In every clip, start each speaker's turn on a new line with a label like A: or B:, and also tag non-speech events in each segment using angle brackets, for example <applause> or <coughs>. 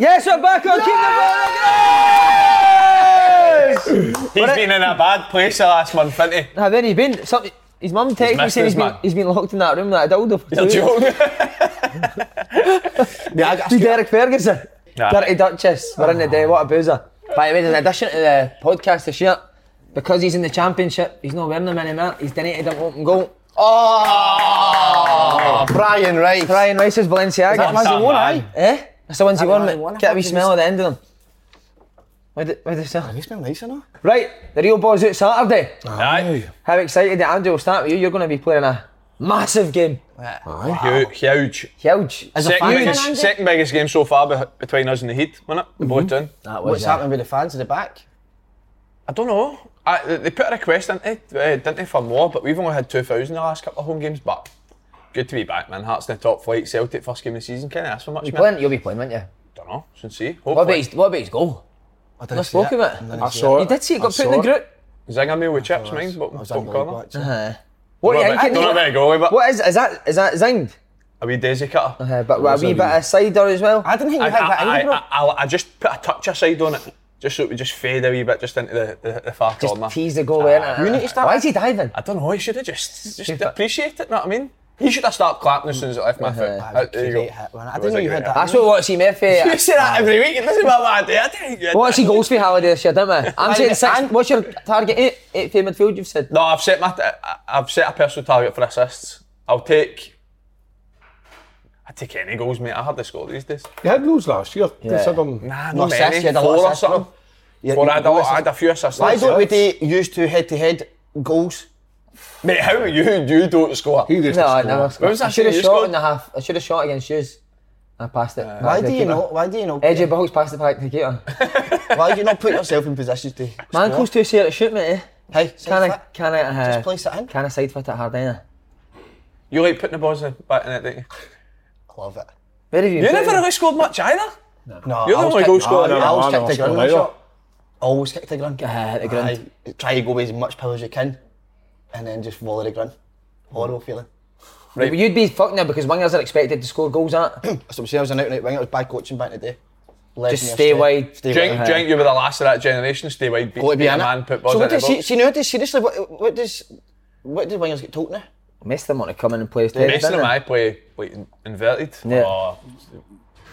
A: Yes, we're back on Kingdom Royal
B: He's been in a bad place the last month, hasn't he?
A: Have any been? Some, his mum texted me
B: missed
A: saying
B: his
A: he's been,
B: man.
A: he's been locked in that room like a dildo for two years.
B: joking. yeah, I
A: Do Derek Ferguson.
B: Nah.
A: Dirty Duchess. We're in the day. What a boozer. By the way, in addition to the podcast this year, because he's in the championship, he's not wearing them anymore. He's donated them open goal. Ah.
C: Oh, Brian Rice.
A: Brian Rice's Balenciaga.
B: that one's he won, aye?
A: Eh? That's the ones he
C: That
A: won,
C: one's he
A: mate.
C: won, I
A: Get a
C: thought
A: wee
C: he
A: smell
C: was-
A: at the end of them. Where did, where did they sell?
C: Can you smell nice enough?
A: Right, the real ball's out Saturday.
B: Aye.
A: How excited, Andrew, we'll start with you. You're going to be playing a massive game.
B: Huge. huge.
A: Huge. As
B: Second, biggest, second biggest game so far beh- between us and the Heat, wasn't it? The both down.
C: Mm-hmm.
A: That uh,
C: What's happening with the fans in the back?
B: I don't know. I, they- they put a request in, eh, eh, didn't they, for more, but we've only had 2,000 the last couple of home games, but good to be back, man. Hearts in the top flight, Celtic first game of the season. Can I ask for much,
A: You'll be
B: man?
A: playing, you'll be playing, won't you?
B: don't know. Should see.
A: What about
B: Hopefully.
A: his, what about his goal?
C: I didn't
A: I spoke of it.
C: didn't
A: I
C: see
A: You did see it got put in the group. Uh-huh.
B: Zinger meal with chips, mind,
C: Oh, I
B: but
C: was
B: top
C: on
B: corner.
A: What
B: Don't
A: are
B: know
A: you
B: about-
A: thinking?
B: don't know about a goalie, but
A: What is, is that, is that zinged?
B: a wee daisy cutter.
A: Uh, but with a wee bit of cider as well.
C: I didn't think
B: I,
C: you
B: I,
C: had that
B: I,
C: in, bro.
B: I, I'll- I just put a touch aside on it, just so it would just fade a wee bit, just into the, the, the far corner.
A: Just tease the goal in.
B: Aye.
A: You need to start. Why is he diving?
B: I don't know. He should have just just
A: Stupid.
B: appreciate it. Know what I mean? He should have stopped clapping as soon as it left
C: Uh-huh.
B: my foot. Uh,
C: That was a
B: There you go.
C: great hit,
B: It
C: man. I
B: was
C: didn't
B: a
C: know you
B: great
C: had
B: hit.
C: that.
A: That's what Watson
B: <laughs>
C: <laughs>
B: You
A: Murphy.
B: say that every week. It doesn't matter what I do. I didn't get
A: What's your goals for Halliday this year, didn't we? I'm
C: Aye,
A: saying six.
C: and-
A: What's your target? Eight, eight for midfield, you've said.
B: No, I've set my I- I've set a personal target for assists. I'll take. I take any goals, mate. I had the score these days.
D: You had loads last year. Considering
B: Nah,
C: Hmm. No
B: not
C: assists,
B: many.
C: you had a lot of
B: Four or
C: assists,
B: something.
C: Yeah,
B: But
C: you-
B: I had, a, lot- I had a few assists.
C: Why
B: last
C: don't we
B: year.
C: do use two head-to-head goals?
B: Mate, how are you? You don't score.
D: he just
A: No, I never.
B: When was
A: I
B: that
A: should have
B: you
A: shot
B: scored?
A: in the half. I should have shot against shoes. I passed it.
C: Why do you not? Why do you not?
A: Edgy Bullocks passed it back to Gator.
C: Why do you not put yourself in positions to?
A: My ankle's too sore to shoot, mate. eh?
C: Hey,
A: Can I?
C: side foot.
A: Can I? Uh,
C: Just place it in.
A: Can I side foot it hard, ain't I?
B: You like putting the balls in- back in it, don't you?
C: Love it.
A: Where have you?
B: You
A: put
B: never
A: it?
B: really scored much either.
C: No,
B: You're the
C: I always
B: only
C: kick-
B: goal scorer
C: no,
B: now.
C: I
D: I
C: always
D: know,
C: kicked a gun
D: I'm scoring now.
C: shot. Always kicked a gun.
A: Ah, the grunt.
C: Aye, Try to go with as much power as you can, and then just volley the gun. Horrible feeling.
A: But You'd be fucked now because wingers are expected to score goals, aren't? they?
C: That's what I'm saying. I was an out-and-out winger. It was bad coaching back in the day.
A: Just stay wide. Uh,
C: Stay
B: Do you
C: wide.
B: think-
D: Uh-huh.
B: do you think you were the last of that generation? Stay wide, beat,
C: Got to be
B: beat a
C: in it.
B: man, put balls
C: so
B: in
C: what
B: the
C: does, see,
B: box.
C: see now? Does seriously? What, what does what do wingers get told now?
A: Mess them want to come in and play us. dead,
B: Best of
A: didn't
B: them I
A: they?
B: play like inverted.
A: Yeah.
B: Oh, you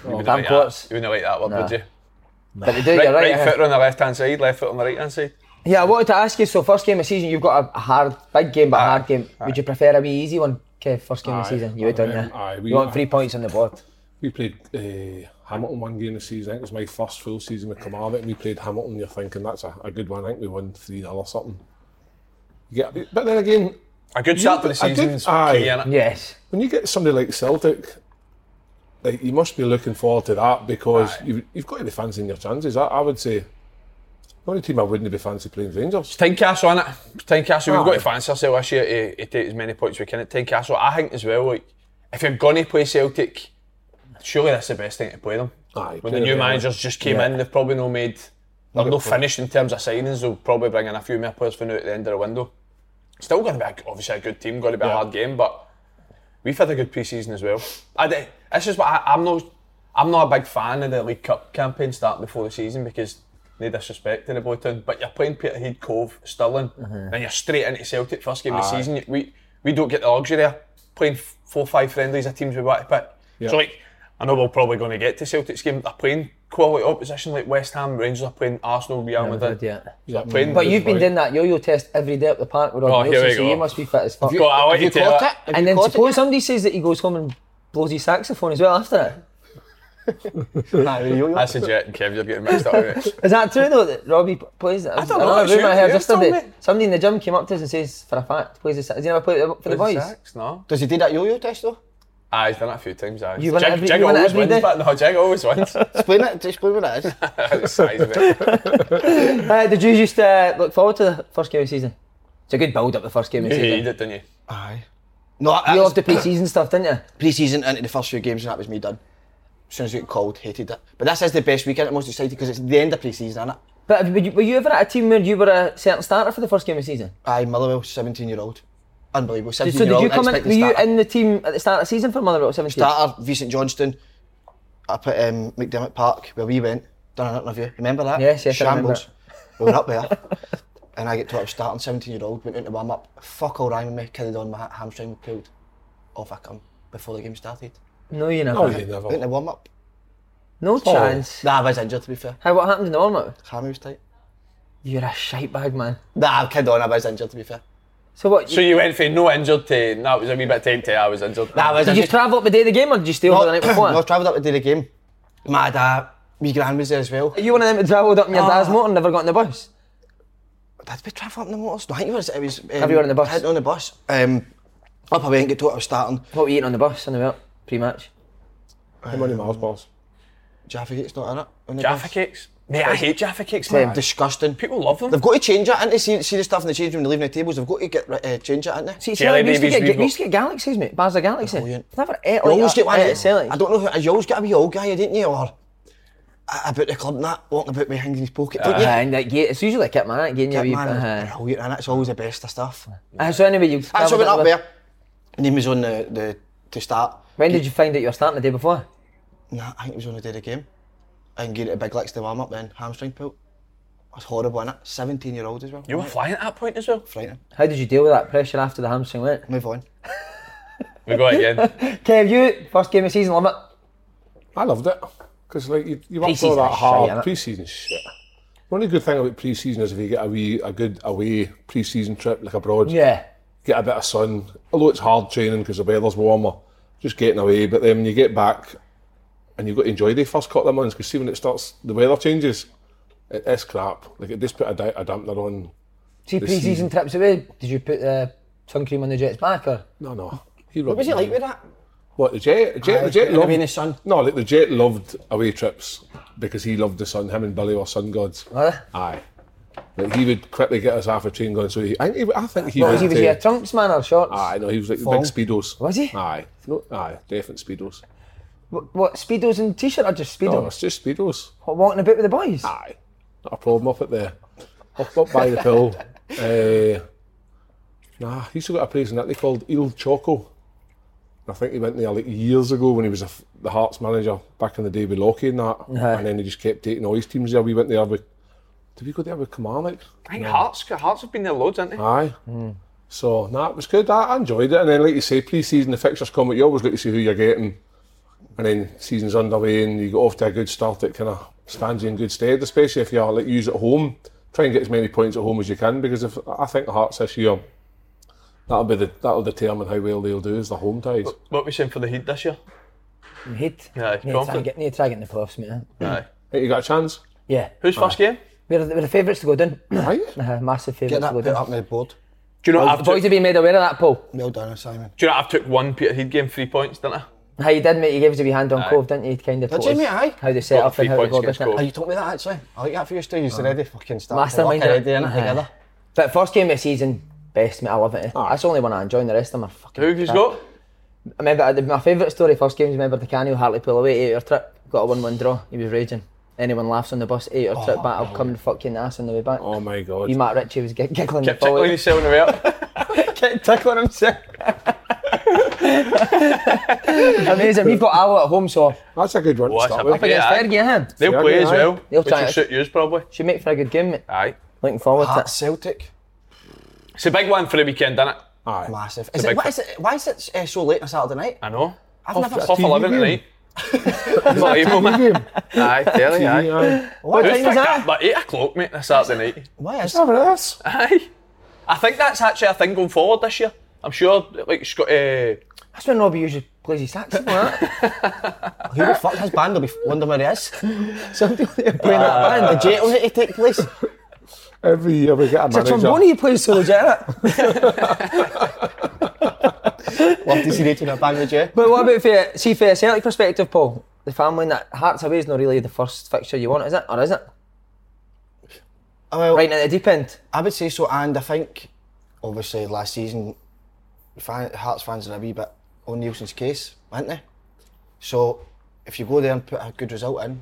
B: wouldn't
A: damn
B: like that.
A: courts.
B: You wouldn't like that one, would you?
A: But they do.
B: Right,
A: You're right.
B: right,
A: eh?
B: foot on the left hand side, left foot on the right hand side.
A: Yeah, I wanted to ask you. So first game of season, you've got a- a hard, big game, but a hard game. Would you prefer a wee easy one? Okay, first game of
D: Aye,
A: season, you would,
D: aye,
A: don't you?
D: aye, we-
A: you want three points on the board.
D: we played uh, Hamilton one game this season. I think it was my first full season with Kilmarnock and we played Hamilton. You're thinking that's a, a good one. I think we won 3 0 or something. You get a bit- but then again,
B: A good start
D: Yeah,
B: for the
D: but I
B: season
D: did-
B: is
D: aye.
B: key, innit?
A: Yes.
D: when you get somebody like Celtic, like you must be looking forward to that because you've, you've got to be fancying your chances. I, I would say the only team I wouldn't be fancy playing is Rangers.
B: Tynecastle, innit? Tynecastle, we've got
D: Aye.
B: to fancy ourselves this year to, to take as many points as we can at Tynecastle. I think as well, like, if you're going to play Celtic, surely that's the best thing to play them.
D: Aye,
B: When the new
D: clearly, aye.
B: managers just came in, they've probably not made, they're no finished in terms of signings. They'll probably bring in a few more players for now at the end of the window. Still going to be a, obviously a good team, going to be a hard game, but we've had a good pre-season as well. I d- this is what I, I'm not. I'm not a big fan of the League Cup campaign starting before the season because they disrespect the boy town. But you're playing Peterhead, Cove, Stirling,
A: Mm-hmm.
B: and you're straight into Celtic first game of the season. We we don't get the luxury of playing f- four five friendlies of teams we want to pick. So like, I know we're probably going to get to Celtic's game. They're playing quality opposition like West Ham, Rangers are playing Arsenal, Real Madrid.
A: yeah.
B: They're playing
A: But
B: good
A: you've been
B: right.
A: doing that yo-yo test every day at the park with
B: Oh,
A: all the
B: here we
A: Wilson, so
B: go.
A: you must be fit as fuck.
B: Go, I want you to tell
C: caught
B: it.
C: it?
A: and then
C: Have you caught
A: suppose
C: it
A: somebody says that he goes home and blows his saxophone as well after it.
C: yet? Aye,
B: <laughs>
C: yo, yo.
B: That's a jet and Kev, you're getting mixed up with it.
A: Is that true though that Robbie p- plays it? I
B: don't know,
A: Another
B: it's
A: rumour
B: you-
A: I heard
B: you told
A: yesterday.
B: me.
A: Somebody in the gym came up to us and says, for a fact, plays the sax. Has he ever played it for <laughs> the boys?
B: Sacks, no.
C: Does he do that yo-yo test though?
B: Ah, he's done it a few times. Aye.
A: You win it
B: Jig-
A: every-
B: Jig
A: you win it
B: always
A: every
B: wins,
A: day.
B: but no, Jig always wins. <laughs>
C: Explain it. Explain what it is.
B: That's the size of it.
A: Uh, did you used to uh, look forward to the first game of the season? It's a good build up the first game of
B: You
A: the
B: hated
A: season.
B: it, didn't you?
C: Aye. No, that
A: You
C: was
A: loved the
C: <coughs>
A: pre-season stuff, didn't you?
C: pre-season into the first few games, and that was me done. As soon as it got cold, hated it. But this is the best weekend. I'm most excited because it's the end of pre-season, isn't it?
A: But were you, were you ever at a team where you were a certain starter for the first game of the season?
C: Aye, Motherwell, 17 year old, unbelievable. 17
A: So
C: year
A: did
C: old,
A: you come in? Were you
C: starter.
A: in the team at the start of the season for Motherwell at 17?
C: starter, Vincent Johnston, up at um, McDermott Park where we went, done an interview. Remember that?
A: Yes, yes, I remember
C: Shambles. We were up there, <laughs> and I get to up starting, 17 year old, went into warm up. Fuck all rang with me, carried on, my ha- hamstring was pulled. Off I come before the game started.
A: No, you never.
D: Oh, you
C: Went
D: never.
C: into warm up.
A: No
C: Oh,
A: chance.
C: Nah, I was injured to be fair.
A: How what happened in the warm up?
C: Hammy was tight.
A: You're a shite bag, man.
C: Nah, I'm kidding on, I was injured to be fair.
A: So what?
B: So you went from no injured to no, it was a wee bit tempting. I was injured.
C: Nah, I was
A: did you
C: injured.
A: travel up the day of the game or did you stay over the night before?
C: no, <coughs> I travelled up to do the game. My dad, my gran was there as well.
A: Are you one of them that travelled up in your
C: Ah.
A: dad's motor and never got on the bus?
C: Did we travel up in the motors? No, I think it was. It was um,
A: Everyone on the bus.
C: I think on the bus. Um, up I went, get to what I was starting.
A: What were you eating on the bus on the way up pre-match?
D: How many miles, boss?
C: Jaffa Cake's not in it. on the
B: Jaffa
C: bus.
B: cakes. Mate, I hate Jaffa cakes.
C: They're
B: Man.
C: Um, disgusting.
B: People love them.
C: They've got to change it, and they see, see the stuff in the change room, they're leaving the tables, they've got to get ri- uh, change it, ain't they?
A: See,
B: Jelly
A: Celtic, we, used to
B: babies,
A: get,
B: we've
A: we used to get Galaxies, mate. Bars of Galaxies.
C: Brilliant.
A: Never ate
C: you
A: like
C: always
A: that
C: get one.
A: at Celtic.
C: I don't know who. You always get a wee old guy, didn't you? Or uh, about the club and that, walking about with hands in his pocket. Don't you?
A: Aye, and that gate, it's usually a kit man, ain't it? Getting you a wee-
C: Man,
A: aye.
C: brilliant, and it's always the Ah, best of stuff.
A: Aye, So anyway, you
C: That's
A: travelled
C: what went up
A: the-
C: there. And he was on the, the to øh, start.
A: When did you find out you were starting the day before?
C: Nah, I think it was on the day of the game. And get it a big licks to warm up, then hamstring pull. That's horrible, innit? 17 year old as well.
B: You were flying at that point as <laughs> well.
C: frightening.
A: How did you deal with that pressure after the hamstring went?
C: Move on.
B: We go again.
A: Kev, you first game of season limit.
D: I loved it. Because like you, you worked
A: Pre-season
D: all that
A: is shite,
D: hard.
A: innit?
D: pre-season is shit. The only good thing about pre-season is if you get a wee, a good away pre-season trip like abroad.
A: Yeah.
D: Get a bit of sun. Although it's hard training because the weather's warmer. Just getting away. But then when you get back, and you've got to enjoy the first couple of months because see when it starts, the weather changes. It, it's crap. Like it just put a, di- a dampener on.
A: See, pre season
D: season.
A: trips away, did you put uh, sun cream on the jet's back or?
D: No, no. He what
C: was it like with that?
D: What the jet? The jet,
C: Aye,
D: the jet
C: putting
D: loved
C: away in the sun.
D: No, like the jet loved away trips because he loved the sun. Him and Billy were sun gods. Aye. Like he would quickly get us half a train going. So he, I think he, I think he
A: What, was he,
D: went
A: was he
D: to-
A: a trunks man or shorts?
D: Aye, no, he was like
C: Thong?
D: big speedos.
A: Was he?
D: Aye, no, aye, definite speedos.
A: What, what, speedos and t shirt or just
D: No,
A: speedos?
D: it's just speedos.
A: What, walking about with the boys?
D: Aye, not a problem up at there, up, up by the pool. Uh, nah, he's still got a place in Italy called Il Choco. I think he went there like years ago when he was a f the Hearts manager back in the day with Lockie and that, and then he just kept taking all his teams there. We went there with. Did we go there with Kilmarnock?
B: I think Hearts, Hearts have been there loads, haven't they?
D: Aye.
A: Hmm.
D: So nah, it was good. I, I enjoyed it. And then, like you say, pre-season the fixtures come, but you always look to see who you're getting. And then season's underway, and you get off to a good start. It kind of stands you in good stead, especially if you're like use at home. Try and get as many points at home as you can, because if I think the Hearts this year, that'll be the that'll determine how well they'll do is the home ties.
B: What we saying for the heat this year?
A: Hate. Need
B: Aye,
A: to try and
B: confident.
A: get, need to try and get in the playoffs, mate. eh?
B: Hmm. Aye.
D: Think you got
A: <coughs>
D: a chance?
A: Yeah.
B: Who's first game?
A: We're, the- we're the favourites to go down. <clears throat>
D: Aye.
A: Uh, massive
C: Get
A: favourites
C: that
A: to go
C: put
A: down.
C: up on the board.
B: Do you know
A: The
B: I've
A: boys
B: took,
A: have been made aware of that, Paul.
C: Well done, Simon.
B: do you know I've took one Peterhead game three points, didn't I?
A: How you did, mate? You gave us a wee hand on Cove, didn't you? Kind of.
C: Did
A: told
C: you,
A: us
C: mate? Aye.
A: How they set
B: Got
A: up and
B: three
A: how they
B: points
A: go,
B: against
A: didn't
B: Cove.
A: it?
C: You told me that actually. I like that for your story. You're already fucking starting.
A: Mastermind,
C: Already,
A: eh?
C: innit,
A: Aye.
C: together.
A: But first game of the season, best, mate. I love it. eh? That's the only one I enjoy. and The rest of them are fucking.
B: Who have you
A: crap.
B: got?
A: I uh, remember I did my favourite story first game was remember the Canio Hartlepool away eight hour trip got a one one draw he was raging anyone laughs on the bus, eight or trip back, I'll come and fuck you in the ass on the way back.
D: Oh my god.
A: You, Matt Ritchie, was g- giggling.
B: Kept
A: the folly. <laughs>
B: tickling yourself in the <laughs> way
A: Kept tickling himself. <laughs> Amazing. We've got Al at home, so
D: That's a good one
B: What's
D: to start
B: up?
D: with.
A: up against
B: aye.
A: Fergie, eh?
B: They'll
D: Fergie,
B: play as
D: aye.
B: well.
A: They'll
B: They'll
A: try
B: try
A: it.
B: suit yours probably.
A: Should make for a good game. mate.
B: Aye.
A: Looking forward to
C: Hearts
A: it.
C: Ah, Celtic,
B: It's a big one for the weekend, isn't it?
D: Aye.
C: massive. Is
B: a
C: it,
B: big
C: Altså, why,
B: fa-
C: is it, why is it uh, so late on a Saturday night?
B: I know.
A: Ah,
C: I've
D: Off
C: never.
D: the-
B: Off
D: TV
B: 11 tonight. Not evil,
D: TV
B: man.
D: game.
B: Aye, telly,
D: TV,
B: aye.
D: aye.
C: What
B: Who's
C: time is
B: picked
C: that?
B: that? But 8 o'clock, mate, this Saturday night.
C: Why is
D: Have it this.
B: Aye. I think that's actually a thing going forward this year. I'm sure, like, Scott, uh,
A: That's when Robbie usually plays his saxophone. that.
C: Who the fuck? His band will be wondering where he is.
A: Somebody playing that
C: And
A: band.
C: the jet will it take
A: <laughs>
C: place.
D: Every year we get a
A: The
D: manager.
A: trombone he plays so legit. innit?
C: Love to see they doing a band with Jay.
A: <laughs> But what about for see for a Celtic perspective, Paul? The family and that Hearts away is not really the first fixture you want, is it? Or is it?
C: Well,
A: Right at the deep end.
C: I would say so, and I think obviously last season, fan, Hearts fans are a wee bit on Nielsen's case, aren't they? So if you go there and put a good result in,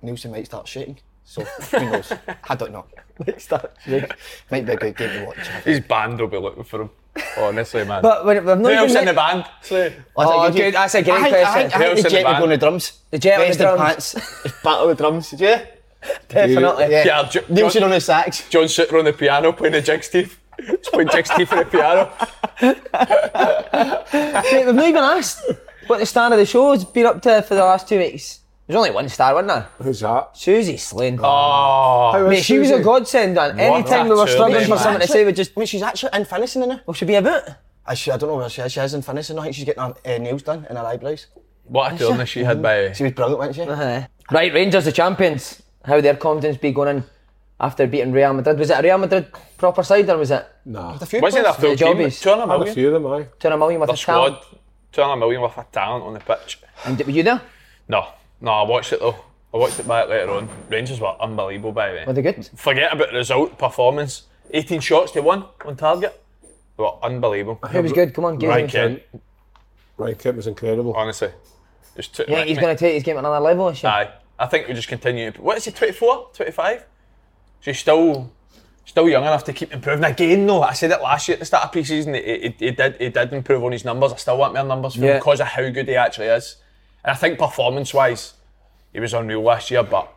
C: Nielsen might start shaking. So who knows? I don't know. Might start shaking. Might be a good game to watch. I think.
B: his band will be looking for him. Honestly, man.
A: But we've not
B: Who
A: even
B: else in
A: met-
B: the band? Say.
A: Oh, good. That's a great
C: I think, I
A: question.
B: Who
C: think, I
B: else
C: think
B: in
C: the
B: the
C: jet would
B: band?
C: go on the drums.
A: The jet on the
C: Vested
A: drums.
C: pants. Battle with drums. Did
A: <laughs>
C: you?
A: Definitely.
C: Yeah.
B: Yeah, Ju-
C: Nielsen
B: Ju-
C: on the sax.
B: John Sutter on the piano playing the jig Steve. He's playing jig Steve on the
A: <laughs>
B: piano.
A: Mate, we've not even asked what the star of the show has been up to for the last two weeks. There's only one star, wasn't there?
D: Who's that?
A: Susie Slynn.
B: Oh,
A: Mate, she was a godsend, man. Any
B: What
A: time we
B: a
A: were
B: tune,
A: struggling for
B: man.
A: something to say, we just,
C: I mean, she's actually in finishing now.
A: what should be about?
C: I, she, I don't know where she is. She is in finishing. I think she's getting her uh, nails done and her eyebrows.
B: what a turn she had by.
C: She was brilliant, wasn't she?
A: Uh, right, Rangers, the champions. How their confidence be going in after beating Real Madrid? Was it a Real Madrid proper side or was it
D: Nah.
C: few
B: Wasn't it a
C: players.
A: The
B: full team?
A: jobbies.
B: Two and a
D: Had a
B: million.
D: few of them, aye.
A: turn a million with
B: The
A: a talent?
B: squad. Two and a million worth of talent on the pitch.
A: And were you there?
B: No, no, I watched it though. I watched it back later on. Rangers were unbelievable by then.
A: Were they good?
B: Forget about the result, performance. 18 shots they won on target. They were unbelievable.
A: Who was good? Come on, give
B: Right,
A: him.
B: Ken.
D: Ryan Kent was incredible.
B: Honestly, just took.
A: You think he's going to take his game to another level this year?
B: Aye. I think we just continue. What is he, 24, 25? So he's still, still young enough to keep improving. Again, though, I said it last year at the start of pre-season, he, he, he did, he did improve on his numbers. I still want more numbers from
A: Yeah.
B: him because of how good he actually is. And I think performance-wise, he was unreal last year, but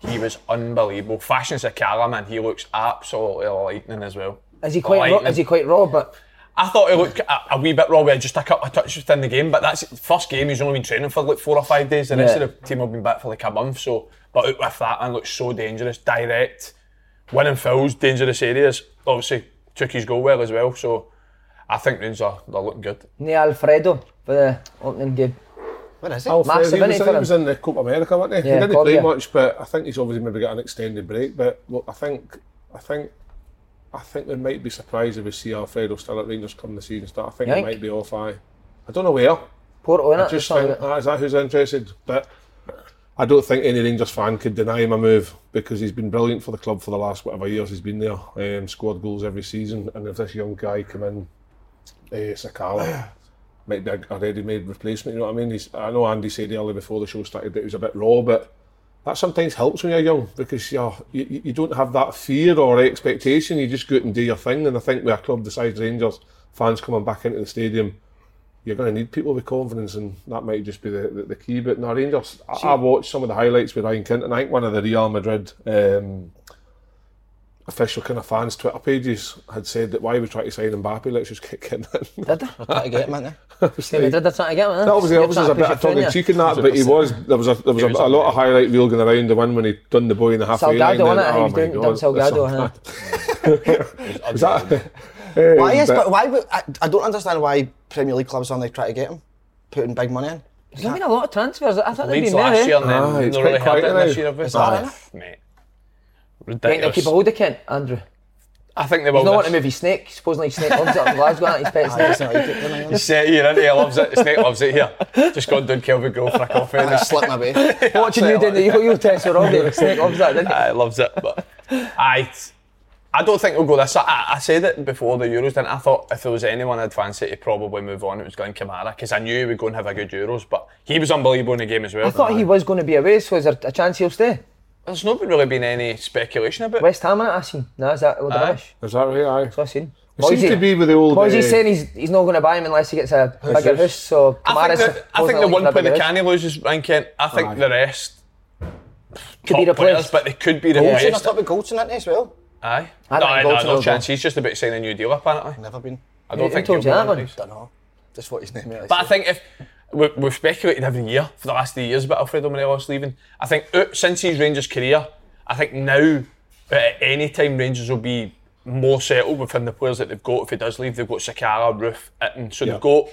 B: he was unbelievable. Fashion Sakala, man, he looks absolutely lightning as well.
A: Is he quite raw?
B: Lightning.
A: Is he quite raw? But
B: I thought he looked a, a wee bit raw with just a couple of touches within the game, but that's the first game. He's only been training for like four or five days. The rest
A: Yeah.
B: of the team have been back for like a month. So, but out with that, man, looks so dangerous, direct, winning fouls, dangerous areas. Obviously, took his goal well as well. So, I think Rangers are they're looking good.
A: ne Alfredo for the opening game.
C: Where is he?
D: Alfred,
A: Massive,
D: he,
A: isn't
D: was
A: he,
D: in,
A: for
D: he was in the Copa America, wasn't he?
A: Yeah,
D: he didn't
A: Copa,
D: play
A: yeah.
D: much, but I think he's obviously maybe got an extended break. But look, I think, I think, I think we might be surprised if we see Alfredo still at Rangers come the season start. I think
A: Think?
D: he might be off. Aye, I don't know where.
A: Porto, innit?
D: I just
A: Something
D: think
A: like
D: ah, is that who's interested, but. I don't think any Rangers fan could deny him a move because he's been brilliant for the club for the last whatever years he's been there. Um, scored goals every season, and if this young guy come in, uh, Sakala might be a, a ready-made replacement. You know what I mean? He's, I know Andy said earlier before the show started that he was a bit raw, but that sometimes helps when you're young because you're, you you you don't have that fear or expectation. You just go out and do your thing. And I think with a club the size of Rangers, fans coming back into the stadium. You're going to need people with confidence, and that might just be the, the, the key. But no, Rangers, I, I watched some of the highlights with Ryan Kent, and I think one of the Real Madrid um, official kind of fans' Twitter pages had said that why we try to sign Mbappe, let's just kick him in.
A: that. Did
D: <laughs>
A: they?
C: Try to get him, aren't
A: Real Madrid are trying to get him.
D: That obviously, obviously was a bit of tongue in cheek in that, but he was there was a, there was, a, a lot of highlight reel going around the one when he done the boy in the halfway
A: Salgado,
D: line. then,
A: wasn't it? He
D: oh
A: was
D: my
A: doing- done
D: God,
A: Salgado,
B: <laughs>
D: Salgado. was that?
C: they? Why is, but why would, I, I don't understand why Premier League clubs aren't they try to get him, putting big money in.
A: There's not been a lot of transfers. I thought they'd be
B: Leeds
A: there.
B: last
A: eh?
B: year and then
D: Aye, Ah, it's
B: not
D: quite
B: really
D: quiet
B: heard it this
D: now.
B: year. Have we?
C: Is that
B: Aye, mate?
A: Think they'll keep a
B: Ridiculous.
A: hold of Kent, Andrew.
B: I think they
A: He's
B: will.
A: not
B: this-
A: wanting to move his snake. Supposedly his snake loves it up in Glasgow. and He's petting
C: Aye,
A: snakes.
C: it's not like it, don't
B: He's
C: I?
B: set here, isn't he? He loves it. Snake loves it here. Just gone down Kelvin Grove for a coffee.
D: <laughs>
C: I slipped my way.
A: Watching you doing the yo-yo test with Robbie, the snake loves that, didn't he?
B: I loves it, but I, I don't think we'll go this. I, I said it before the Euros, then I thought if there was anyone I'd fancy to probably move on, it was Glenn Kamara, because I knew he would go and have a good Euros, but he was unbelievable in the game as well.
A: I thought he was going to be away, so is there a chance he'll stay?
B: There's not really been any speculation about
A: West Ham, I seen. No, is that Old
B: Aye.
A: Rubbish?
D: Is that right? Aye.
A: So I seen.
D: It seems to be with the old.
A: Moisey's
D: eh,
A: saying he's, he's not going to buy him unless he gets a bigger
D: House.
A: house, so
B: I
A: Kamara's
B: think, that, I think
A: wasn't
B: the
A: looking
B: one
A: for a
B: player
A: big
B: that
A: house.
B: can lose is Ryan Kent. I think
D: Aye.
B: the rest
A: Could be
B: top players,
A: replaced.
B: but they could be
C: Goldson, I
B: replaced.
C: thought with Goldson in it as well.
B: Aye.
A: I
B: No,
A: think
B: aye,
A: Goldson
B: no,
A: will
B: no
A: go.
B: chance. He's just about to sign a new deal, apparently.
C: Never been.
B: I
A: Who-
B: don't
A: who
B: think
A: told
B: he'll
A: you
B: be
A: that one?
B: replaced.
C: Don't know. Just what his name is.
B: But I think if we, we've speculated every year for the last three years about Alfredo Morelos leaving, I think uh, since his Rangers career, I think now at any time Rangers will be more settled within the players that they've got. If he does leave, they've got Sakala, Roof, Itten, so
D: Yeah.
B: they've got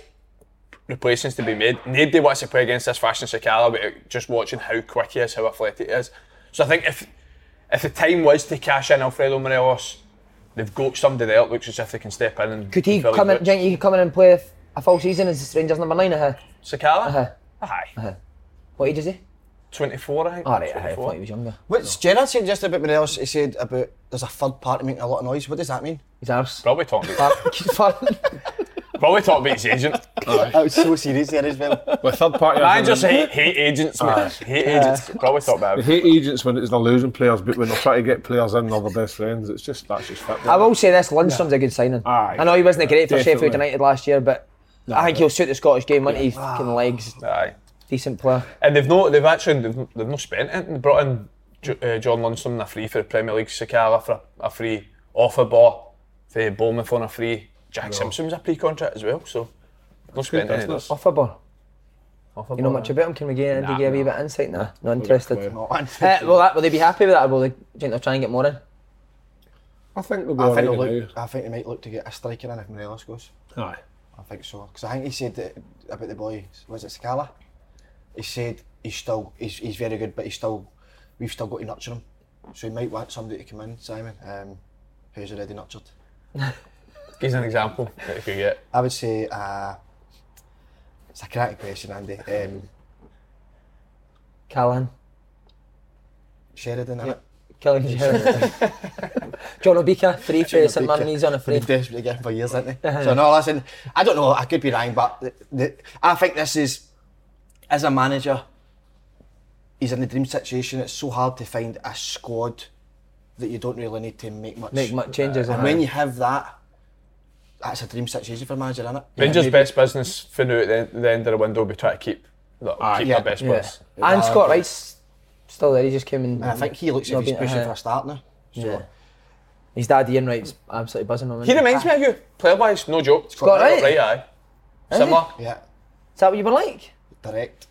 B: replacements to be made. Nobody wants to play against this fashion Sakala without just watching how quick he is, how athletic he is. So I think if if the time was to cash in Alfredo Morelos, they've got somebody there that looks as if they can step in and
A: Could he
B: and fill his
A: come in, do
B: boots.
A: you think he could come in and play f- a full season as Rangers number nine? Uh,
B: Sakala?
A: Uh-huh.
B: Aye.
A: what age is he?
B: 24, I think.
A: All right, I
B: 24.
A: thought he was younger.
C: What's Gerard said just about Morelos? He said about there's a third party making a lot of noise. What does that mean?
A: He's ours. <laughs>
B: Probably talking about, probably talking about
A: <laughs>
B: his agent.
C: That was so serious there as well.
D: With third party.
B: I
D: I
B: just hate, hate agents, man. Hate agents. Probably talk
A: <laughs>
B: about him.
D: hate agents when it's they're losing players, but when they're trying to get players in, they're their best friends. It's just that's just football.
A: I will say this, Lundstrom's a good signing.
D: Aye.
A: I know he wasn't great for Sheffield
D: Definitely.
A: United last year, but I think he'll suit the Scottish game, won't he? Fucking legs,
B: Aye.
A: decent player.
B: And they've not, they've actually, they've, they've not spent it. They brought in Jo- uh, John Lundstrom on a free for the Premier League, Sakala for a, a free, offer ball for Bournemouth on a free. Jack Simpson was a pre-contract as well, so not spent any of
D: business.
B: this.
A: Offerball.
B: Offer
A: You know
B: ball,
A: much
B: aye.
A: about him? Can we get,
B: Nah,
A: get a wee
B: no.
A: bit of insight? Nah, not interested.
D: clear.
A: Uh,
C: <laughs>
A: will, that, will they be happy with that, or will they do you think they'll try and get more in?
D: I think they'll be
C: I think,
D: alright
C: they'll
D: now.
C: look, I think they might look to get a striker in if Morelos goes.
D: Aye.
C: I think so. Because I think he said that about the boy, was it Scala? He said he's still, he's, he's very good, but he's still, we've still got to nurture him. So he might want somebody to come in, Simon, um, who's already nurtured.
B: He's an example that you could get.
C: I would say, uh, it's a cracky question, Andy. Um,
A: Callahan,
C: Sheridan, innit?
A: Killing
C: <laughs>
A: John Obika, free for St
C: Been-
A: Mirren, he's on a
C: been
A: free.
C: desperate again for years, isn't he? so no, listen, I don't know. I could be wrong, but the, the, I think this is, as a manager, he's in the dream situation. It's so hard to find a squad that you don't really need to make much.
A: Make much changes.
C: and
A: aye.
C: when you have that, that's a dream situation for a manager, isn't it?
B: Rangers' best business for now at the end, the end of the window will be trying to keep, look, keep
C: yeah,
B: their best
A: yeah.
B: players.
A: And Scott Wright's still there, he just came in.
C: And Uh, I think he looks
A: Not
C: like he's
A: being-
C: pushing
A: uh-huh.
C: for a start now. So
A: Yeah. His dad Ian Wright's absolutely buzzing on him.
B: He reminds me of you, player wise, no joke.
A: Scott Wright?
B: Right, aye. Similar,
C: yeah,
A: Is that what you were like?
C: direct,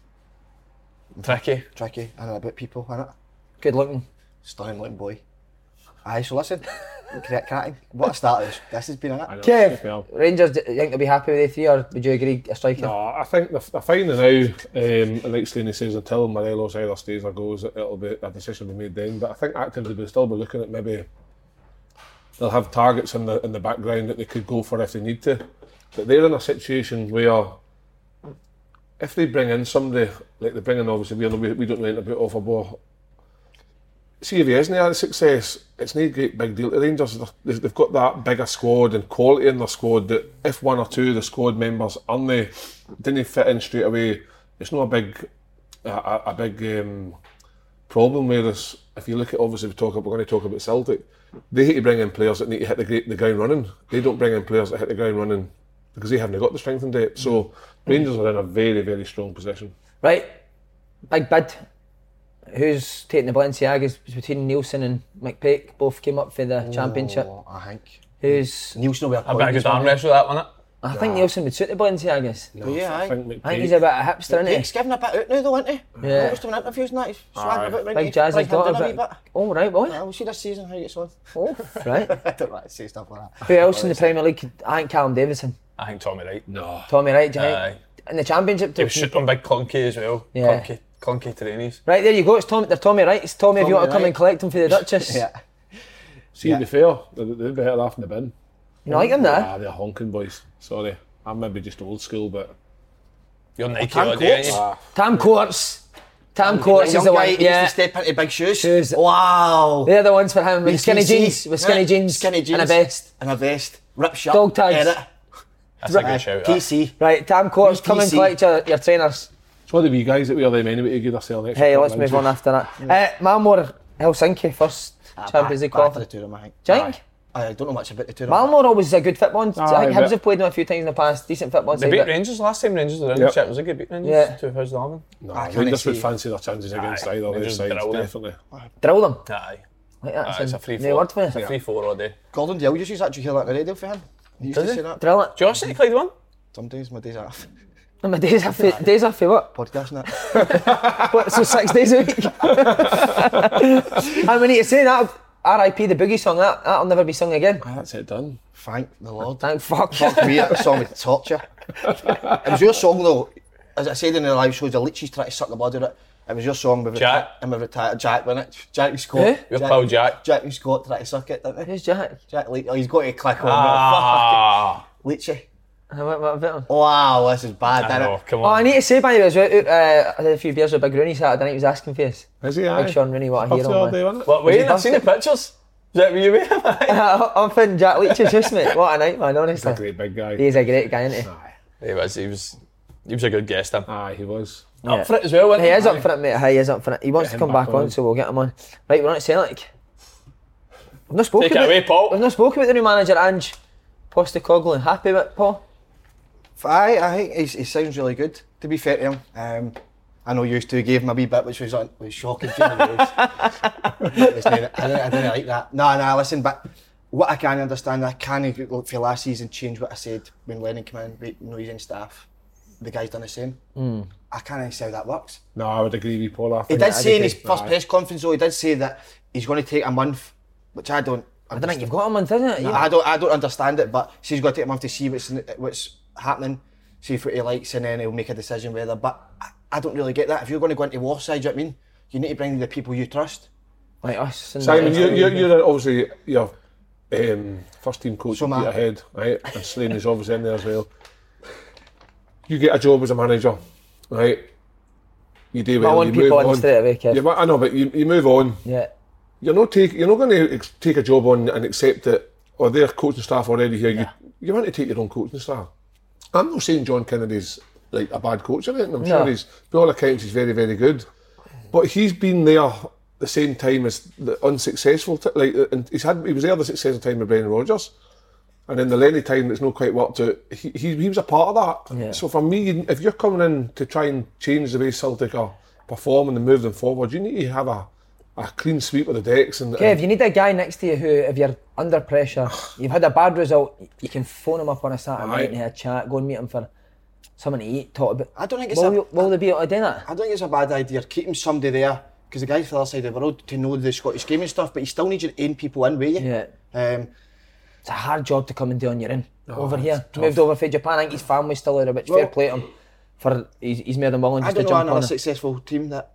B: tricky.
C: tricky, and a bit people, isn't it?
A: Good looking.
C: Stunning looking boy. Aye, so listen, crack- cracking. What a start this, this has been,
D: I
C: innit?
D: know,
A: Kev.
D: FPL.
A: Rangers, do you think they'll be happy with A3 or would you agree a striker?
D: No, I think they're, they're finding out, um, and like Slaney says, until Morelos either stays or goes, it'll be a decision will be made then. But I think actively they'll still be looking at maybe they'll have targets in the in the background that they could go for if they need to. But they're in a situation where if they bring in somebody, like they bring in obviously we, we, we don't know anything about offer ball. See if he isn't a success, it's no great big deal. The Rangers they've they've got that bigger squad and quality in their squad that if one or two of the squad members aren't they didn't fit in straight away, it's not a big a, a, a big um, problem. Whereas if you look at obviously we talk we're going to talk about Celtic, they hate to bring in players that need to hit the, gr- the ground running. They don't bring in players that hit the ground running because they haven't got the strength and depth. So Rangers are in a very very strong position.
A: Right. Big bid. Who's taking the Balenciagas It's between Nielsen and McPake? Both came up for the championship.
C: Oh, I think.
A: Who's
C: Nielsen will be a
B: A bit of good arm wrestle that one.
A: I think Nielsen would suit the Balenciagas.
C: Yeah,
D: I
C: aye.
D: think
A: I think
D: McPeak-
A: he's a bit of a hipster, isn't
C: Nick's
A: he?
C: giving a bit out now, though, isn't he?
A: Yeah.
C: I was doing interviews and that. He's swagging about round.
A: Big jazz,
C: Bring
A: his
C: him
A: daughter.
C: down a wee bit.
A: Oh, right, what?
C: Yeah, we'll see this season how he gets on.
A: Oh, right.
C: <laughs> I don't like to say stuff like that.
A: Who else in the Premier League? Could, I think Callum Davidson,
B: I think Tommy Wright. No.
A: Tommy Wright, do you
B: Aye.
A: think? In the Championship,
B: He
A: too.
B: was shooting on big clunky as well.
A: Yeah.
B: Clunky, clunky trainies.
A: Right there you go. It's Tommy. They're Tommy Wright. It's Tommy, if you
C: Tommy
A: want to come
C: Wright.
A: and collect them for the Duchess.
C: <laughs> Yeah.
D: See, to be fair, they- they're better off in the bin.
A: You know, like them
D: Ah,
A: there.
D: they're honking boys. Sorry, I'm maybe just old school, but
B: You're Nike
C: Tam
B: all day, aren't
A: Ah.
C: Coates.
B: you?
A: Tam Courts. Tam Courts is the one.
C: Young guy, he
A: Yeah.
C: used to step into big shoes.
A: Shoes.
C: Wow.
A: They're the ones for him with
C: You
A: skinny
C: can see-
A: jeans, with skinny
C: Yeah,
A: jeans,
C: skinny jeans,
A: and a vest.
C: and a vest, rip shirt,
A: Dog tags.
C: edit.
B: That's a good shout. that.
C: PC.
A: Right, Tam Courts,
C: He's
A: come and
C: PC.
A: collect your, your trainers.
D: It's one of the wee guys that wear them anyway to give themselves an extra.
A: Hey,
D: couple
A: let's
D: of
A: move
D: inches.
A: on after that. Uh, Malmore, Helsinki, first Champions League
C: Ah, Back- back
A: qualifier.
C: to the two of them, I think.
A: Do you think?
C: Aye. I don't know much about the two of them.
A: Malmore always is a good football. and I
D: Aye,
A: think Hibs
D: but-
A: have played them a few times in the past. Decent football.
B: They
A: side,
B: beat
A: but-
B: Rangers last time. Rangers were in the
D: Yep.
B: Champions League. They beat Rangers.
A: Yeah.
B: 2011.
D: Nah,
C: can't
D: Rangers would
C: see.
D: fancy their chances against either of those
B: just
D: sides,
B: drill them.
D: definitely.
A: Drill them.
B: Aye.
A: Like that.
B: Aye,
A: it's
B: it's
A: a
B: a free
A: new
B: fall.
A: word for you.
B: It's a free four all day.
C: Gordon Dale used to actually hear that on the radio for him. He used
B: Does
C: to
B: he?
C: say that.
A: Drill it.
B: Do you ever see Clyde one?
C: Sometimes my days off.
A: No, my days are fa- days are for what?
C: Podcast and that.
A: What, So six days a week. <laughs> and we need to say that. R.I.P. the boogie song. That that'll never be sung again.
D: That's it done.
C: <laughs> Thank the Lord.
A: Thank fuck.
C: Fuck me, that song with torture. It was your song though. As I said in the live show, the leeches try to suck the blood out of it. It was your song with
B: Jack.
C: reti- and with retired Jack, wasn't it? Jackie Scott.
A: Who?
B: Your pal Jack.
C: Jackie Scott tried to suck it, didn't he?
A: <laughs> Who's Jack?
C: Jack Leach. Oh, he's got to click on
B: Ah.
C: that. Leachy.
A: I went- went a bit on.
C: Wow, this is bad,
B: I
C: isn't
B: know,
C: it?
B: come
A: Oh, I
B: on.
A: need to say by the way, as well, uh, I had a few beers with Big Rooney Saturday night. He was asking for us.
D: Is he?
A: Big Sean Rooney, what I hear eh?
D: all
A: on
D: day,
A: my.
D: wasn't it?
B: But Wayne,
A: he
B: I've seen the pictures. Is that what you mean?
A: <laughs> I'm thinking Jack Leach's house, mate. What a night, man. Honestly,
D: Great big guy.
A: he's a great guy, isn't he?
B: <laughs> He was. He was. He was a good guest. Him.
D: Aye, he was.
B: Up for it as well. wasn't
A: He is up for it, mate. He is up for it. He wants to
D: him
A: come back,
D: back
A: on,
D: on.
A: so we'll get him on. Right, we're on to Celtic. We've not spoken
B: Take it
A: about,
B: away,
A: We've
B: Paul.
A: not spoken about the new manager, Ange Postacoglu. Happy with Paul?
C: Aye, I think he's, he sounds really good. To be fair to him, um, I know you two gave him a wee bit, which was, un- was shocking. to me. It was- it was nearly- I, didn't, I didn't like that. No, no, listen, but what I can understand, I can ag- look for last season change what I said when Lennon came in, but no, he's in staff. The guy's done the same.
A: Hmm.
C: I can't see how that works.
D: No, I would agree with Paul. I
C: He
D: think
C: did say in his
D: Aye.
C: first press conference, though, he did say that he's going to take a month, which I don't.
A: I don't think you've got him on, isn't it? You-
C: I don't I don't understand it, but she's got to take a month to see what's what's happening, see if what he likes, and then he'll make a decision whether. But I, I don't really get that. If you're going to go into Warside, do you know what I mean? You need to bring the people you trust.
A: Like us. and-
D: Simon, you're, you're, you're obviously your um, first team coach,
C: So,
D: so
C: Matt-
D: Peterhead, right? And Slane is obviously in there as well. You get a job as a manager, right? You do well.
A: want
D: you
A: people
D: move
A: on straight away, Kev.
D: You, I know, but you, you move on.
A: Yeah.
D: You're not take. You're not going to ex- take a job on and accept it. Or their coaching staff already here. You you want to take your own coaching staff. I'm not saying John Kennedy's like a bad coach or anything. I'm
A: No.
D: sure he's, by all accounts, he's very, very good. But he's been there the same time as the unsuccessful. T- like, uh, and he's had he was there the successful time with Brendan Rodgers, and then the Lenny time that's not quite worked out. He, he, he was a part of that.
A: Yeah.
D: So for me, you- if you're coming in to try and change the way Celtic are performing and move them forward, you need to have a, a clean sweep of the decks. And,
A: Kev, you need a guy next to you who, if you're under
C: <sighs>
A: pressure, you've had a bad result, you can phone him up on a Saturday
D: Aye.
A: night and have a chat, go and meet him for something to eat, talk about.
C: I don't think it's
A: will,
C: a-
A: you- will they be able to do that?
C: I don't think it's a bad idea keeping somebody there because the guys from the other side of the world to know the Scottish game and stuff, but you still need your own people in, will you?
A: Yeah.
C: Um,
A: It's a hard job to come and do on your own over here. Moved over from Japan. I think his family's still there, which fair
C: Well-
A: play to him. For he's, he's more than willing
C: I
A: just to
C: don't know
A: jump on.
C: another
A: it.
C: successful team that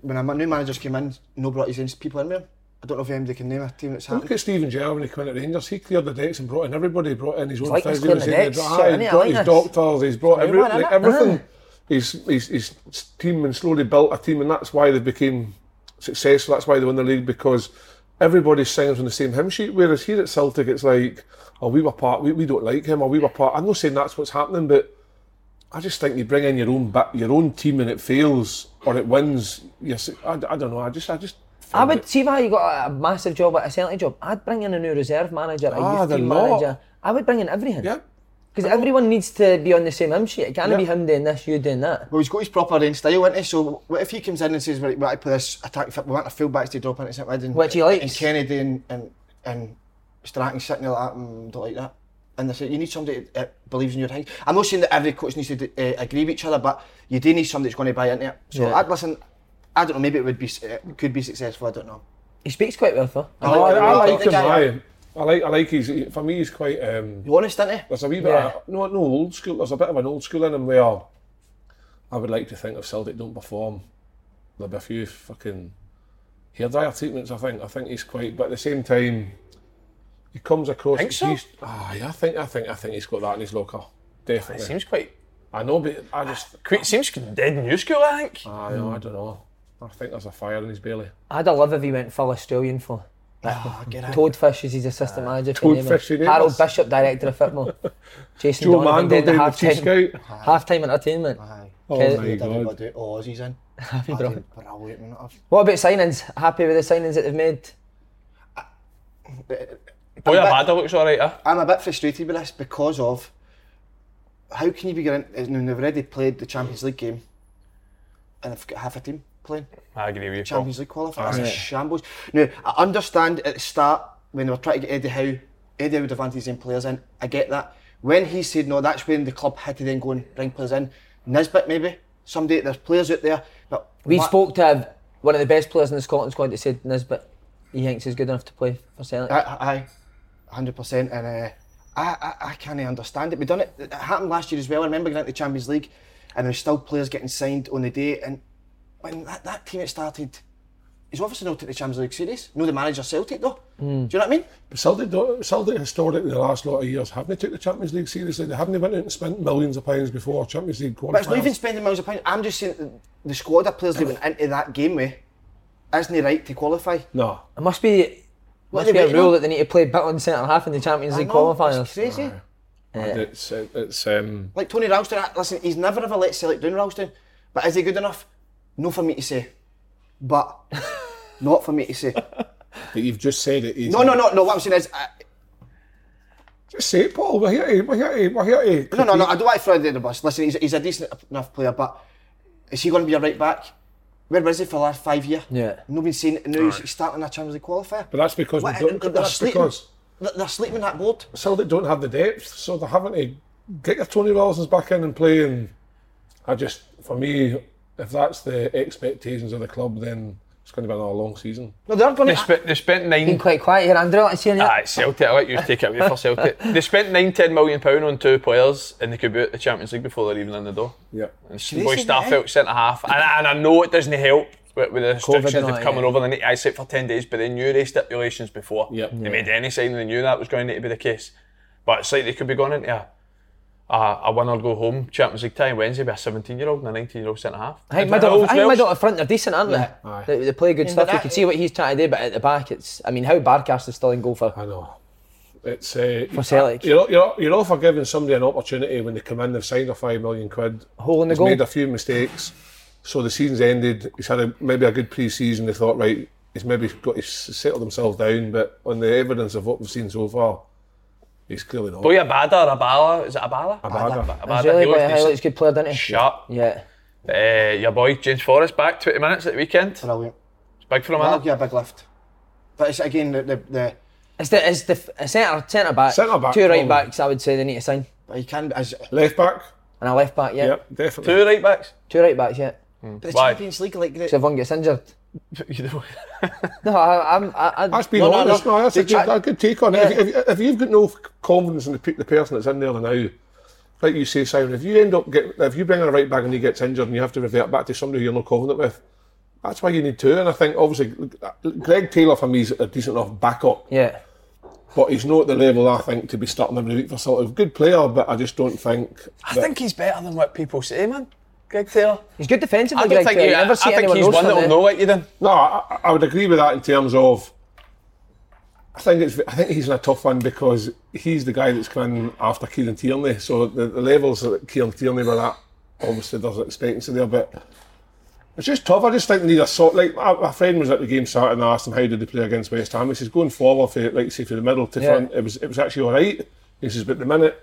C: when a new managers came in, no brought his own people in with him. I don't know if anybody can name a team that's
D: Look
C: happened.
D: at Stephen Gerrard when he came in at Rangers. He cleared the decks and brought in everybody. He brought in his own
A: like this
D: physios,
A: clearing
D: he
A: the decks,
D: brought-
A: shit,
D: aye,
A: isn't
D: he
A: it?
D: brought
A: I like
D: his
A: this.
D: doctors. He's brought every,
A: one,
D: like,
A: isn't it?
D: everything. His, his, his team and slowly built a team, and that's why they became successful. That's why they won the league because everybody sings on the same hymn sheet. Whereas here at Celtic, it's like, oh, we were part. We, we don't like him, or we were part. I'm not saying that's what's happening, but I just think you bring in your own ba- your own team and it fails or it wins. Yes, I, I don't know. I just I just.
A: I
D: find
A: would
D: it-
A: see how you got a massive job at a Celtic job. I'd bring in a new reserve manager, a
D: Ah,
A: youth
D: they're
A: team
D: not.
A: manager. I would bring in everything.
D: Yeah.
A: Because everyone needs to be on the same hymn sheet. It can't
D: Yeah.
A: be him doing this, you doing that.
C: Well, he's got his proper own style, isn't he? So what if he comes in and says, right, we want to play this attack, we want our fullbacks to drop into St Mirren.
A: Which he
C: And
A: likes.
C: Kennedy and, and, and Stratton sitting there like that, mm, don't like that. And they say, you need somebody that uh, believes in your thing. I'm not saying that every coach needs to d- uh, agree with each other, but you do need somebody that's going to buy into it. So,
A: Yeah.
C: I'd listen, I don't know, maybe it would be, s- uh, could be successful, I don't know.
A: He speaks quite well, though.
D: I, like- I
C: I
D: like
C: like
D: him.
C: the guy.
D: aye. I like I like his. he- For me, he's quite. Um,
C: You honest, isn't he?
D: There's a wee bit
A: Yeah.
D: of, no, no old school, there's a bit of an old school in him where I would like to think if Celtic don't perform, there'll be a few fucking hairdryer treatments, I think. I think he's quite, but at the same time, he comes across.
B: Think so?
D: He's, aye, I think, I think, I think he's got that in his locker. Definitely.
B: Seems quite.
D: I know, but I just,
B: Quick, seems dead in new school, I think.
D: I, know, I don't know. I think there's a fire in his belly.
A: I'd have loved if he went full Australian for.
C: Ah, get out.
A: Toadfish is his assistant manager. for
D: Toadfish,
A: Newman.
D: he named
A: Harold
D: us.
A: Bishop, director of football. Jason
D: Joe
A: Donovan
D: Mandel
A: did the
D: being the chief
A: halftime,
D: scout.
A: halftime entertainment.
C: Aye.
D: Oh my
C: Did
D: god.
C: everybody do all Aussies in? Happy
A: bro.
C: Brilliant. man. I've-
A: What about signings? Happy with the signings that they've made?
B: Boy, a bad looks alright, eh?
C: I'm a bit frustrated with this because of how can you be going? I mean, they've already played the Champions League game, and they've got half a team playing
B: I agree with you. Paul.
C: Champions League qualifier. That's a shambles. Now I understand at the start when they were trying to get Eddie Howe, Eddie Howe would have wanted his own players in. I get that. When he said no, that's when the club had to then go and bring players in. Nisbet maybe someday there's players out there, but
A: We
C: what-
A: spoke to one of the best players in the Scotland squad that said Nisbet he thinks he's good enough to play for Celtic.
C: I, I, hundred percent, and uh, I, I, I can't understand it. We done it. It happened last year as well. I remember going into the Champions League, and there's still players getting signed on the day. And when that, that team that started, is obviously not taking the Champions League serious. No, the manager Celtic though. Do you know what I mean?
D: But Celtic, do- Celtic historically, the last lot of years, haven't they took the Champions League seriously? They haven't went out and spent millions of pounds before Champions League
C: But it's
D: qualifiers.
C: not even spending millions of pounds. I'm just saying that the squad of players they went into that game with isn't it right to qualify.
D: no.
A: It must be
C: What
A: must be
C: they
A: a
C: waiting
A: rule
C: on?
A: that they need to play bit on centre half in the Champions
C: I
A: League
C: know, It's
A: qualifiers.
C: crazy.
D: It's, it's, um,
C: Like Tony Ralston, I- listen, he's never ever let Celtic down, Ralston. But is he good enough? No for me to say. But <laughs> not for me to say.
D: but you've just said it.
C: No, no, no, no. What I'm saying is, I,
D: Just say it, Paul. We're here to, we're here to, we're here to
C: no, no, no. I don't want to throw him under the bus. Listen, he's, he's a decent enough player, but is he going to be a right back? Where was he for the last five years?
A: Yeah.
C: No been seen. Now he's starting a Champions League qualifier.
D: But that's because we
C: What,
D: don't,
C: they're,
D: that's
C: sleeping,
D: because
C: they're- they're sleeping on that board.
D: Celtic don't have the depth, so they're having to get your Tony Rollisons back in and play. And I just, for me, if that's the expectations of the club, then it's going to be another long season.
C: No, they're going
B: They,
C: to.
B: spe- they spent
A: Been
B: nine.
A: quite quiet here, Andrew. Let's hear
B: Aye, Celtic. I like you to take it away for Celtic. They spent nine, ten million pound on two players, and they could be out the Champions League before they're even in the door.
D: Yeah.
B: And boy
C: Crazy,
B: Starfelt centre half, Ah, and, I- and I know it doesn't help with, with the
A: and
B: restrictions
A: all
B: of
A: that,
B: coming
A: yeah.
B: over. They need to isolate for ten days, but they knew they stipulations before.
D: Yep.
B: They made any sign, they knew that was going to be the case. But it's like they could be going into a. A, a winner Ah, go home Champions League time Wednesday by a 17 year old and a 19 year old centre half.
A: I think
B: And
A: middle,
B: Welsh-
A: I think
B: Welsh-
A: middle of front are decent, aren't they?
D: Aye.
A: They, they play good stuff. You
C: that-
A: can see what he's trying to do, but at the back, it's. I mean, how Barkas is still in goal for.
D: I know. It's uh,
A: For Celtic.
D: You're, you're, you're all for giving somebody an opportunity when they come in, they've signed a five million quid.
A: Hole in the
D: he's
A: goal.
D: made a few mistakes, so the season's ended. He's had a, maybe a good pre-season. They thought, right, he's maybe got to settle themselves down. But on the evidence of what we've seen so far, he's clearly not.
B: Boy Abada or Abala, is it Abala?
D: Abada.
B: Abada.
A: Really,
B: He
A: but
B: looked
A: a
B: decent.
A: good player, doesn't he?
B: Sharp.
A: Yeah.
B: Uh, your boy James Forrest back 20 minutes at the weekend.
C: Brilliant.
B: Big for a
C: I'll
B: man.
C: give you a big lift. But it's again the the. the
A: It's the, it's the f- centre centre back.
D: Centre-back,
A: Two right
D: probably.
A: backs, I would say they need to sign,
C: but he can as
D: Left back,
A: and a left back. Yeah.
D: yep, definitely.
B: Two right backs.
A: Two right backs. Yeah.
C: but the
B: Why?
C: Champions League like the,
A: So if one gets injured.
B: <laughs> You know,
A: No, I, I'm. I, I,
D: That's been
A: no, no,
D: honest. No,
A: no.
D: that's a good, a good take on it. If, if, if you've got no confidence in the, pe- the person that's in there now, like you say, Simon, if you end up get, if you bring in a right back and he gets injured and you have to revert back to somebody who you're not confident with, that's why you need two. And I think obviously Greg Taylor for me is a decent enough backup,
A: Yeah.
D: but he's not at the level I think to be starting every week for Celtic. Good player, but I just don't think.
B: I
D: that-
B: think he's better than what people say, man. Greg Taylor.
A: He's good defensively.
B: I don't
A: Greg
B: think,
A: Taylor.
B: you,
A: You never
B: I
A: see
B: think
A: anyone
B: he's
A: else
B: one
A: like
B: that'll
A: that.
B: know what you done.
D: No, I, I would agree with that in terms of. I think it's. I think he's in a tough one because he's the guy that's come in after Kieran Tierney. So the, the levels that Kieran Tierney were at, obviously there's expectancy there, but it's just tough. I just think they need a sort. Like my, my friend was at the game Saturday and I asked him how did they play against West Ham. He says going forward for like say for the middle to
A: Yeah.
D: front, it was it was actually all right. He says but the minute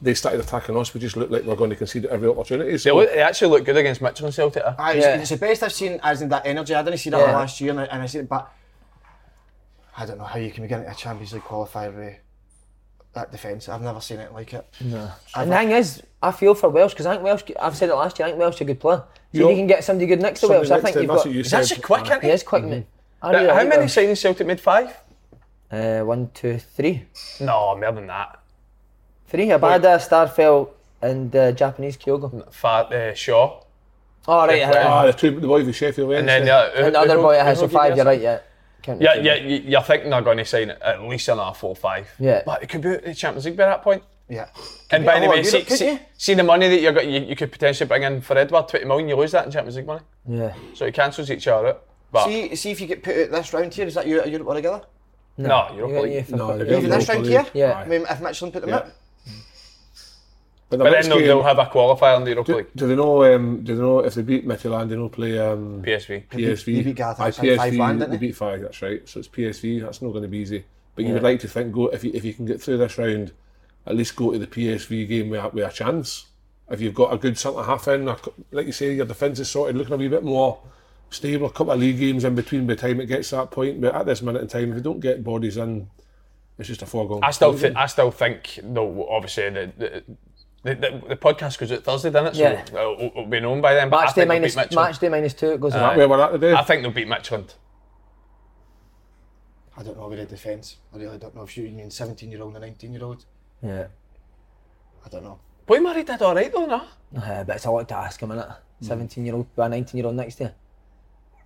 D: they started attacking us, we just looked like we are going to concede every opportunity.
B: They,
D: So
B: look, they actually look good against Mitchell and Celtic.
D: Ah,
B: eh?
C: Aye, it's,
A: Yeah.
C: it's the best I've seen as in that energy. I didn't see that
A: Yeah.
C: last year, and I, and I seen it, but I don't know how you can be getting a Champions League qualifier with that defence. I've never seen it like it. No.
A: And the thing is, I feel for Welsh because I think Welsh. I've said it last year. I think Welsh is a good player. So
D: You're-
A: if you can get somebody good next to
D: Somebody
A: Welsh, I
D: next
A: think
D: to him,
A: you've
D: that's
A: got.
D: what you
B: He's
D: said.
B: actually quick, isn't he?
A: He is quick, mate. I
B: Right,
A: really
B: How
A: like
B: many
A: him.
B: signings Celtic made? Five?
A: Uh, one, two, three.
B: No, more than that.
A: Three. Abada, Starfelt, and uh, Japanese Kyogo.
B: Fat, uh, Shaw.
A: All right. oh, right.
D: Ah, the two, the boy with Sheffield
B: And then
D: Wednesday.
B: the other,
A: And the other boy that has so five. You're right. Yeah. Count the
B: Yeah,
A: two.
B: yeah, you- you're thinking they're going to sign at least another four or five.
A: Yeah.
B: But it could be out of the Champions League by that point.
C: Yeah.
B: And by the
C: Oh,
B: way,
C: you
B: see,
C: don't put
B: see,
C: you?
B: see the money that you're got, you, you could potentially bring in for Edward, 20 million, you lose that in Champions League money.
A: Yeah.
B: So it cancels each other out. But
C: See, see if you get put out this round here, is that Europe, Europe altogether?
B: no,
A: You
B: Europa
A: got
B: League.
A: you for
D: No,
A: fucking-
D: they're
C: Even
D: not
C: this round
D: playing.
C: here?
A: Yeah.
C: I mean, if Mitchell put them
D: Yeah.
C: out.
D: the
B: But
D: next
B: then they'll,
D: game-
B: they'll have a qualifier in the Europa League.
D: Do they know? Um, do they know if they beat Michelin, they know play um,
B: PSV.
D: PSV.
C: they beat Galatasaray
D: Aye,
C: five-
D: PSV,
C: five-one,
D: they
C: didn't they?
D: beat five. That's right. So it's PSV. That's not going to be easy. But you would like to think go if you, if you can get through this round, at least go to the PSV game with, a- with a chance. If you've got a good centre half in, a cou- like you say, your defence is sorted, looking a wee bit more stable. A couple of league games in between by the time it gets to that point. But at this minute in time, if you don't get bodies in, it's just a foregone.
B: I still,
D: conclusion.
B: th- I still think, though, obviously, the, the, the, the, the podcast goes out Thursday, doesn't it? So
A: Yeah.
B: it'll, it'll- it'll be known by then. But I
A: Match day
B: think they'll
A: minus
B: beat Mitchell.
A: match Uh. day minus two. It goes.
D: Is that where we're at today?
B: I think they'll beat Mitchland.
C: I don't know about the defence. I really don't know if you mean 17 year old and 19 year old.
A: Yeah.
C: I don't know.
B: Boy Murray did all right, though, no?
A: Uh, but it's a lot to ask him, innit? Seventeen-year-old, by nineteen-year-old next year.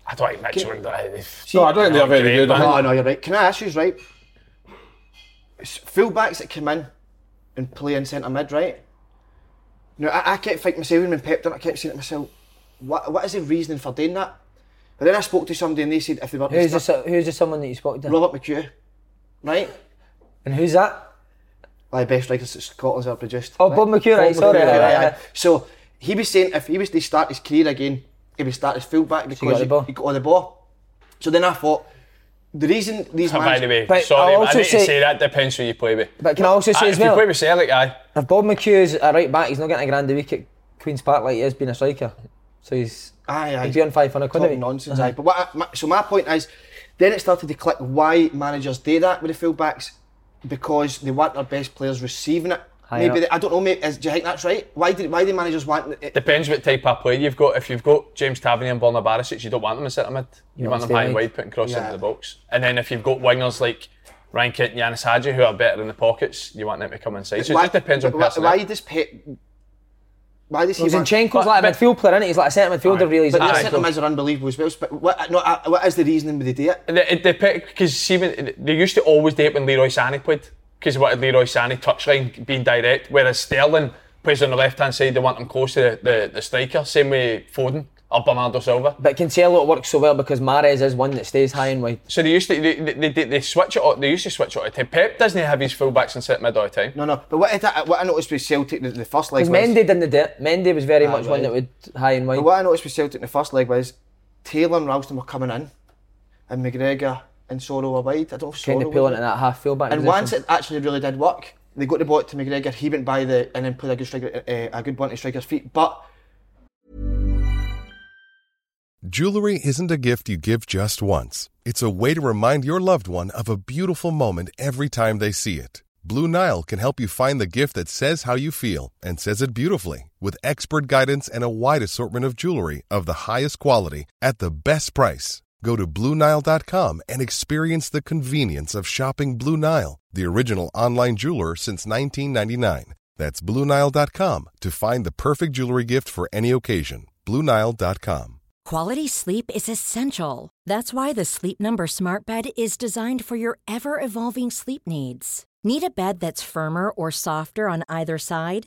B: I don't think Mitchland. uh, Can-
D: no, I don't think they're very
B: Great,
D: good. I
B: man.
D: think
C: Oh, no, you're right. Can I ask you, right? It's fullbacks that come in and play in centre mid, right? Now, I, I kept thinking myself, even when Pep done it, I kept saying to myself, what, what is the reasoning for doing that? But then I spoke to somebody and they said if they were to
A: Who's
C: start,
A: the who's the someone that you spoke to?
C: Robert McHugh, right?
A: And who's that?
C: One of the best strikers that Scotland's ever produced.
A: Oh,
C: right?
A: Bob McHugh. Right, sorry.
C: Aye, aye,
A: aye,
C: aye.
A: aye.
C: So he was saying if he was to start his career again, he would start as fullback because
A: got the
C: he,
A: ball.
C: he got all the ball. So then I thought the reason these
B: And Oh, by the
C: managers
B: way,
A: But
B: sorry,
A: I'll
B: I
A: also
B: need
A: say-
B: to say that depends who you play with.
A: But can I also
B: Ah,
A: say
B: if
A: as
B: you
A: well?
B: play with Celtic, aye.
A: If Bob McHugh's a right back, he's not getting a grand a week at Queen's Park like he has been a striker. So he's
C: Aye, aye.
A: he'd be on five hundred quid.
C: Talking nonsense.
A: Uh-huh.
C: Aye. But what I, my, so my point is, then it started to click why managers do that with the fullbacks because they want their best players receiving it.
A: Aye,
C: maybe
A: yeah.
C: they, I don't know. Maybe, is, do you think that's right? Why did why do managers want it?
B: Depends what type of player you've got. If you've got James Tavernier and Borna Barisic, you don't want them in centre mid. You,
A: want
B: want
A: them
B: them high and
A: staying.
B: wide, putting cross
C: Yeah.
B: into the box. And then if you've got wingers like Ryan Kent and Yanis Hadji, who are better in the pockets, you want them to come inside. So it
C: why,
B: just depends on
C: why,
B: personnel.
C: why does Pep? Why does he? want-
A: Zinchenko's
B: But-
A: like a
B: but-
A: midfield player, isn't he? He's like a centre midfielder,
B: Aye.
A: really. He's
B: But
A: not a
B: the
C: The
B: Aye.
A: centre-
C: centre mids are unbelievable as well. But what, no, I- what is the reasoning with the do it?
B: It, depends because see, when, they used to always do it when Leroy Sané played because they wanted Leroy Sané touchline being direct, whereas Sterling plays on the left hand side. They want him close to the, the, the striker, same way Foden or Bernardo Silva.
A: But Cancelo it works so well because Mares is one that stays high and wide.
B: So they used to they, they, they, they switch it. All, they used to switch it all the time. Pep doesn't have his fullbacks and set mid all the time.
C: No, no. But what I, did- what I noticed with Celtic the, the first leg
A: Because
C: was
A: Mendy didn't do it. Mendy was very
C: Aye,
A: much one
C: right.
A: that would high and wide.
C: But what I noticed with Celtic in the first leg was Taylor and Ralston were coming in, and McGregor and Sorrow were wide. I don't know if
A: Trying
C: Sorrow
A: to pull
C: was
A: into that half fullback.
C: And
A: position.
C: once it actually really did work, they got the ball to McGregor. He went by the and then played a good striker, uh, a good one to striker's feet. But
E: Jewelry isn't a gift you give just once. It's a way to remind your loved one of a beautiful moment every time they see it. Blue Nile can help you find the gift that says how you feel and says it beautifully with expert guidance and a wide assortment of jewelry of the highest quality at the best price. Go to BlueNile.com and experience the convenience of shopping Blue Nile, the original online jeweler since 1999. That's BlueNile.com to find the perfect jewelry gift for any occasion. BlueNile.com.
F: Quality sleep is essential. That's why the Sleep Number Smart Bed is designed for your ever evolving sleep needs. Need a bed that's firmer or softer on either side?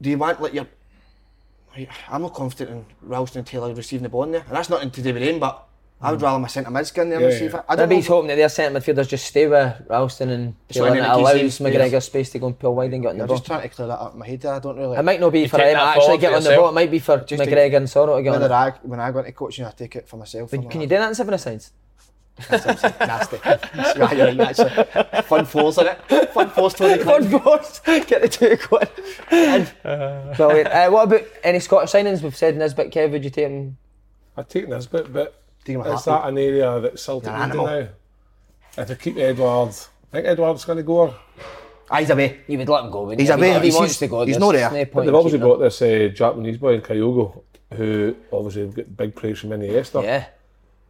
C: do you want like your? I'm not confident in Ralston and Taylor receiving the ball in there, and that's nothing to do with him. But I would rather my centre mids get in there
D: Yeah,
C: and see if
D: yeah.
C: I, I don't
A: Maybe he's
C: know.
A: hoping that their centre midfielders just stay with Ralston and Taylor and
B: wondering
A: it
B: if he's
A: allows
B: seen-
A: McGregor
B: yes.
A: space to go and pull wide and get on the
C: I'm
A: ball.
C: just trying to clear that up in my head there. I don't really.
A: It might not be for
B: take
A: him
B: that
A: actually
B: forward for
A: getting on the
B: yourself.
A: ball, it might be for
C: Just to-
A: McGregor and Sorrow to get on
C: Whether
A: it.
C: I, when I go into coaching, I take it for myself.
A: But
C: and
A: Can
C: all
A: you
C: that.
A: do that in seven sides?
C: Nasty. <laughs> yeah, you're right, actually. Fun fours in it. Fun fours,
A: <laughs>
C: Tony. <laughs> Fun fours.
A: Get the two quid. Brilliant. Uh, what about any Scottish signings we've said in this bit, Kev? Would you take him?
D: I'd take this bit, but
C: Taking my
D: is
C: hat off.
D: that an area that Celtic
C: You're
D: need
C: an animal.
D: now? If they keep Edward, I think Edward's going to go. Or,
C: Ah, he's away.
A: You would let him go. wouldn't
C: He's
A: you?
C: a bit-
A: If
C: he's-
A: wants to go.
C: he's
A: there's
C: not there.
A: no point
D: But they've
A: in
D: obviously
A: keeping him.
D: brought this uh, Japanese boy in Kyogo, who obviously have got big praise from Iniesta.
A: Yeah.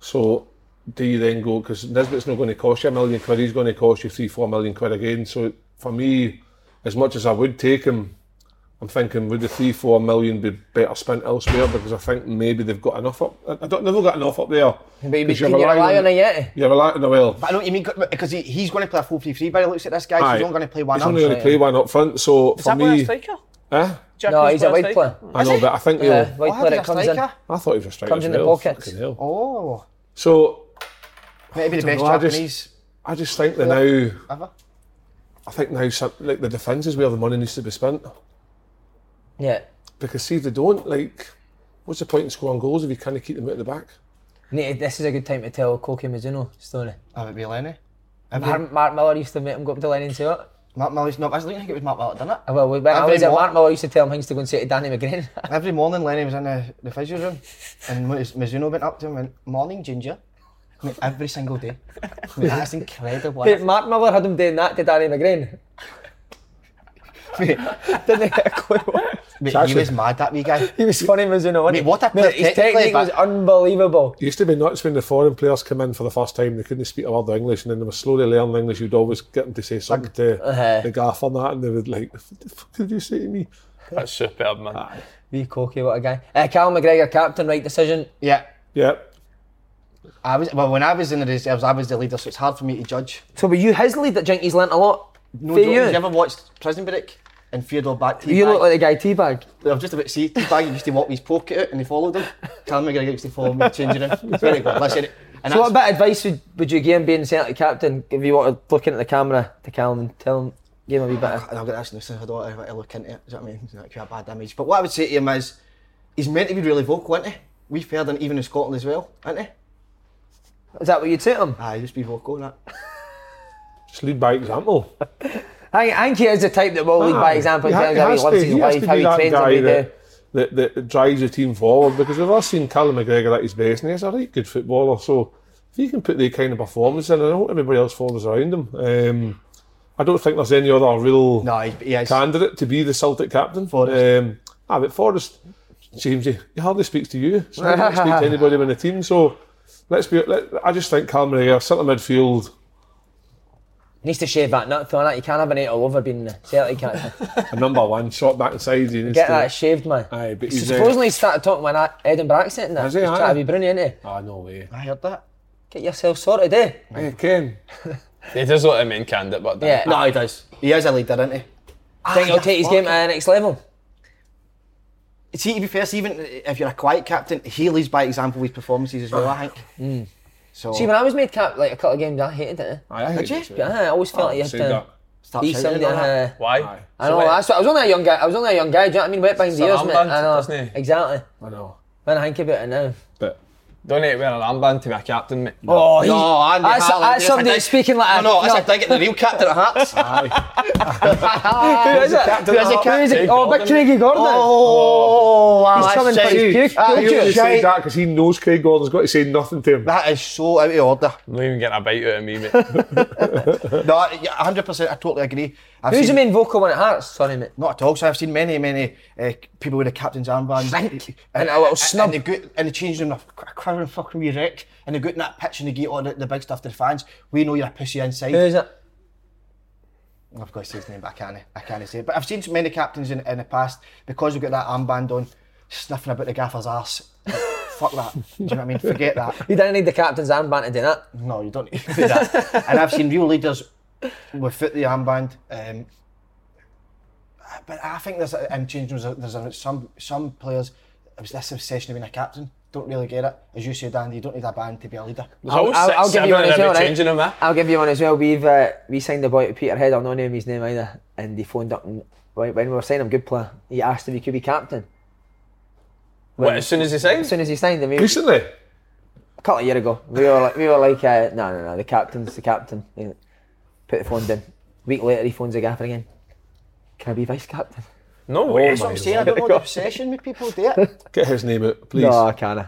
D: So do you then go because Nisbet's not going to cost you a million quid? He's going to cost you three, four million quid again. So for me, as much as I would take him, I'm thinking would the three, four million be better spent elsewhere? Because I think maybe they've got enough up. I- I don't. They've not got enough up there.
A: Maybe
D: 'Cause
A: can you rely on a yeti?
D: You're relying on the well.
C: But I know what you mean because he, he's going to play a 4 3 3 by the looks at this guy. so
D: Aye.
C: he's only going to play one
D: He's only
C: up.
D: going to play one up front. So for me, eh?
A: No, he's a wide player.
D: I know, but I think he'll.
A: Yeah, wide
C: Oh,
A: player
C: he's
A: that
C: a
A: comes in.
C: striker.
D: I thought he was a striker
A: Comes
D: as
A: in the
D: well.
A: pockets.
D: Fucking hell.
C: Oh,
D: So
C: maybe the best
D: know, I just-
C: Japanese
D: I just think that now.
C: ever.
D: I think now some, like the defence is where the money needs to be spent.
A: Yeah.
D: Because see, if they don't, like, what's the point in scoring goals if you can't keep them out of the back?
A: Need- This is a good time to tell Koki Mizuno story.
C: I would be Lenny.
A: Mark, Mark Miller used to make him go up to Lenny and say, "What?"
C: Mark Miller's not. I don't think it was Mark Miller, done it?
A: Oh, Well, when I
C: Every
A: was at
C: mor-
A: Mark Miller used to tell him things to go and say to Danny McGrain. <laughs>
C: Every morning, Lenny was in the, the physio room, and Miz- Mizuno went up to him and went, "Morning, Ginger." Mate, every single day. Mate, that's incredible.
A: Mate, Mark Miller had him doing that to Danny McGrain. <laughs>
C: Mate,
A: Didn't he? A clue what-
C: mate, he
D: actually-
C: was mad that wee guy.
A: he was funny, Mizuno. wasn't
C: Mate,
A: he?
C: what a
A: Mate,
C: player
A: His
C: technically,
A: technique was
C: but-
A: unbelievable.
D: It used to be nuts when the foreign players come in for the first time, they couldn't speak a word of English, and then they were slowly learning English. You'd always get them to say something to the gaffer and that, and they would, like, what the fuck did you say to me?
B: That's superb, man.
A: Wee Koki, what a guy. Uh, Cal McGregor, captain, right decision.
C: Yeah,
D: Yeah.
C: I was. Well, when I was in the reserves, I was the leader, so it's hard for me to judge.
A: So were you his lead that Jinkies he's learnt a lot?
C: No,
A: For
C: joke,
A: you?
C: have you ever watched Prison Break and Theodore Back
A: You look like the guy Teabag.
C: I was just about to see Teabag used to walk with his pocket out and he followed him. Callum McGregor used to follow me, changing him. It's very good. Listen, and
A: So what
C: that's-
A: bit of advice would, would you give him being Celtic captain if you wanted looking at the camera to Callum and tell him, give him a wee bit of...
C: and I've got this nuisance, I don't want to look into it. Do you know what I mean? It's not quite a bad image. But what I would say to him is, he's meant to be really vocal, isn't he? We've heard him even in Scotland as well, isn't he?
A: Is that what you'd say to him?
C: Aye, just be vocal, innit?
D: Just lead by example.
A: I, I think he is the type that will lead by
D: Aye.
A: example in
D: Ah, He ha-
A: terms of how
D: he has
A: he lives
D: to-
A: his
D: he has
A: life,
D: to
A: how
D: be
A: he
D: that
A: trains,
D: guy
A: what he
D: that-
A: do.
D: that, that drives the team forward because we've all seen Callum McGregor at his best and he's a right good footballer. So if he can put the kind of performance in, I hope everybody else follows around him. Um, I don't think there's any other real
C: No, he, he is.
D: candidate to be the Celtic captain.
C: Forrest.
D: Um, ah, but Forrest, Jamesy, he hardly speaks to you. So he doesn't
A: <laughs>
D: speak to anybody in the team. So let's be. Let, I just think Callum McGregor, centre midfield.
A: Needs to shave that nut, Phil, innit? You can't have an eight all over being the Celtic captain.
D: A number one, shot back inside. He needs
A: Get
D: to-
A: that shaved, man.
D: Aye, but
A: So
D: he's, uh,
A: supposedly he started talking with an Edinburgh accent and that.
D: Has he,
A: He's
D: aye?
A: trying to be brilliant, innit?
D: Ah, no way.
C: I heard that.
A: Get yourself sorted, eh?
D: Hey, Ken.
B: He does look like a main candidate, but
A: Yeah.
C: No, he does. He is a leader, isn't he?
A: I think he'll take his game to the next level.
C: See, to be fair, see, even if you're a quiet captain, he leads by example with performances as well, I
A: <sighs>
C: think. So,
A: Hmm. See, when I was made cap, like a couple of games, I hated it. eh?
D: Aye, I hate Ah,
C: you?
D: this,
A: But aye, I always felt like you
D: I've
A: had
D: said
A: to
D: that.
C: start
A: be
C: shouting
A: somebody.
C: and all that.
A: Uh,
B: Why?
A: I know, that's what, I was only a young guy. I was only a young guy. Do you know what I mean? Wet behind the
B: an
A: ears, mate.
B: armband,
A: I know.
B: doesn't he?
A: Exactly.
D: I know.
A: When I think about it now.
D: But
B: Don't need to wear an armband to be a captain, mate.
A: Oh, he,
C: No, Andy
A: that's,
C: Harland,
A: that's
C: that's
A: somebody
C: a
A: that's speaking like a.
C: No, no, that's a dig at the real captain at Hearts.
A: <laughs> Who is it?
C: captain
A: Who is
C: of
A: it? Who is it?
B: Craig
A: Oh, big
B: Gordon.
A: Craigie Gordon.
C: Oh, wow,
A: He's
C: that's
A: coming for his
C: shite.
A: puke.
C: Ah,
D: he
A: Puke.
C: you're
D: only
C: shite.
D: says that because he knows Craig Gordon's got to say nothing to him.
C: That is so out of order.
B: I'm not even getting a bite out
A: <laughs>
B: of me, mate.
C: No, I- yeah, 100%, I totally agree. I've
A: Who's the
C: seen-
A: main vocal one at Hearts? Sorry, mate.
C: Not at all. So I've seen many, many uh, people with a captain's armband.
A: Shrink.
C: Uh,
A: And a little snub.
C: And they go, and they change them a crowd of fucking wee wreck. And they go out in that pitch and they get all the, the big stuff to the fans. We know you're a pussy inside.
A: Who is it?
C: I've got to say his name, but I can't, I can't say it. But I've seen many captains in, in the past, because we've got that armband on, sniffing about the gaffer's arse. Fuck that. Do you know what I mean? Forget that.
A: You didn't need the captain's armband to do that.
C: No, you don't need to do that.
B: <laughs>
C: and I've seen real leaders without the armband. Um, but I think there's, in change rooms, there's some, some players, it was this obsession of being a captain. Don't really get it. As you said, Andy, you don't need a band to be
B: <laughs>
C: a leader.
B: I'll,
A: I'll, I'll give you one as well, right?
B: Changing him, eh?
A: I'll give you one as well. We've uh, we signed a boy to Peterhead. I'll not name his name either. And he phoned up and when when we were signing him, good player. He asked if he could be captain.
B: What, as soon as he
A: As
B: signs?
A: soon as he signed him, we, a
D: Recently,
A: couple of years ago, we were like, we were like, uh, no, no, no, the captain's the captain. He Put the phone down. Week later, he phones the gaffer again. Can I be vice captain?
B: No
A: Oh,
B: way.
C: That's what I'm saying. I don't know the obsession with
B: <laughs>
C: people do it.
D: get his name out, please.
A: No, I can't.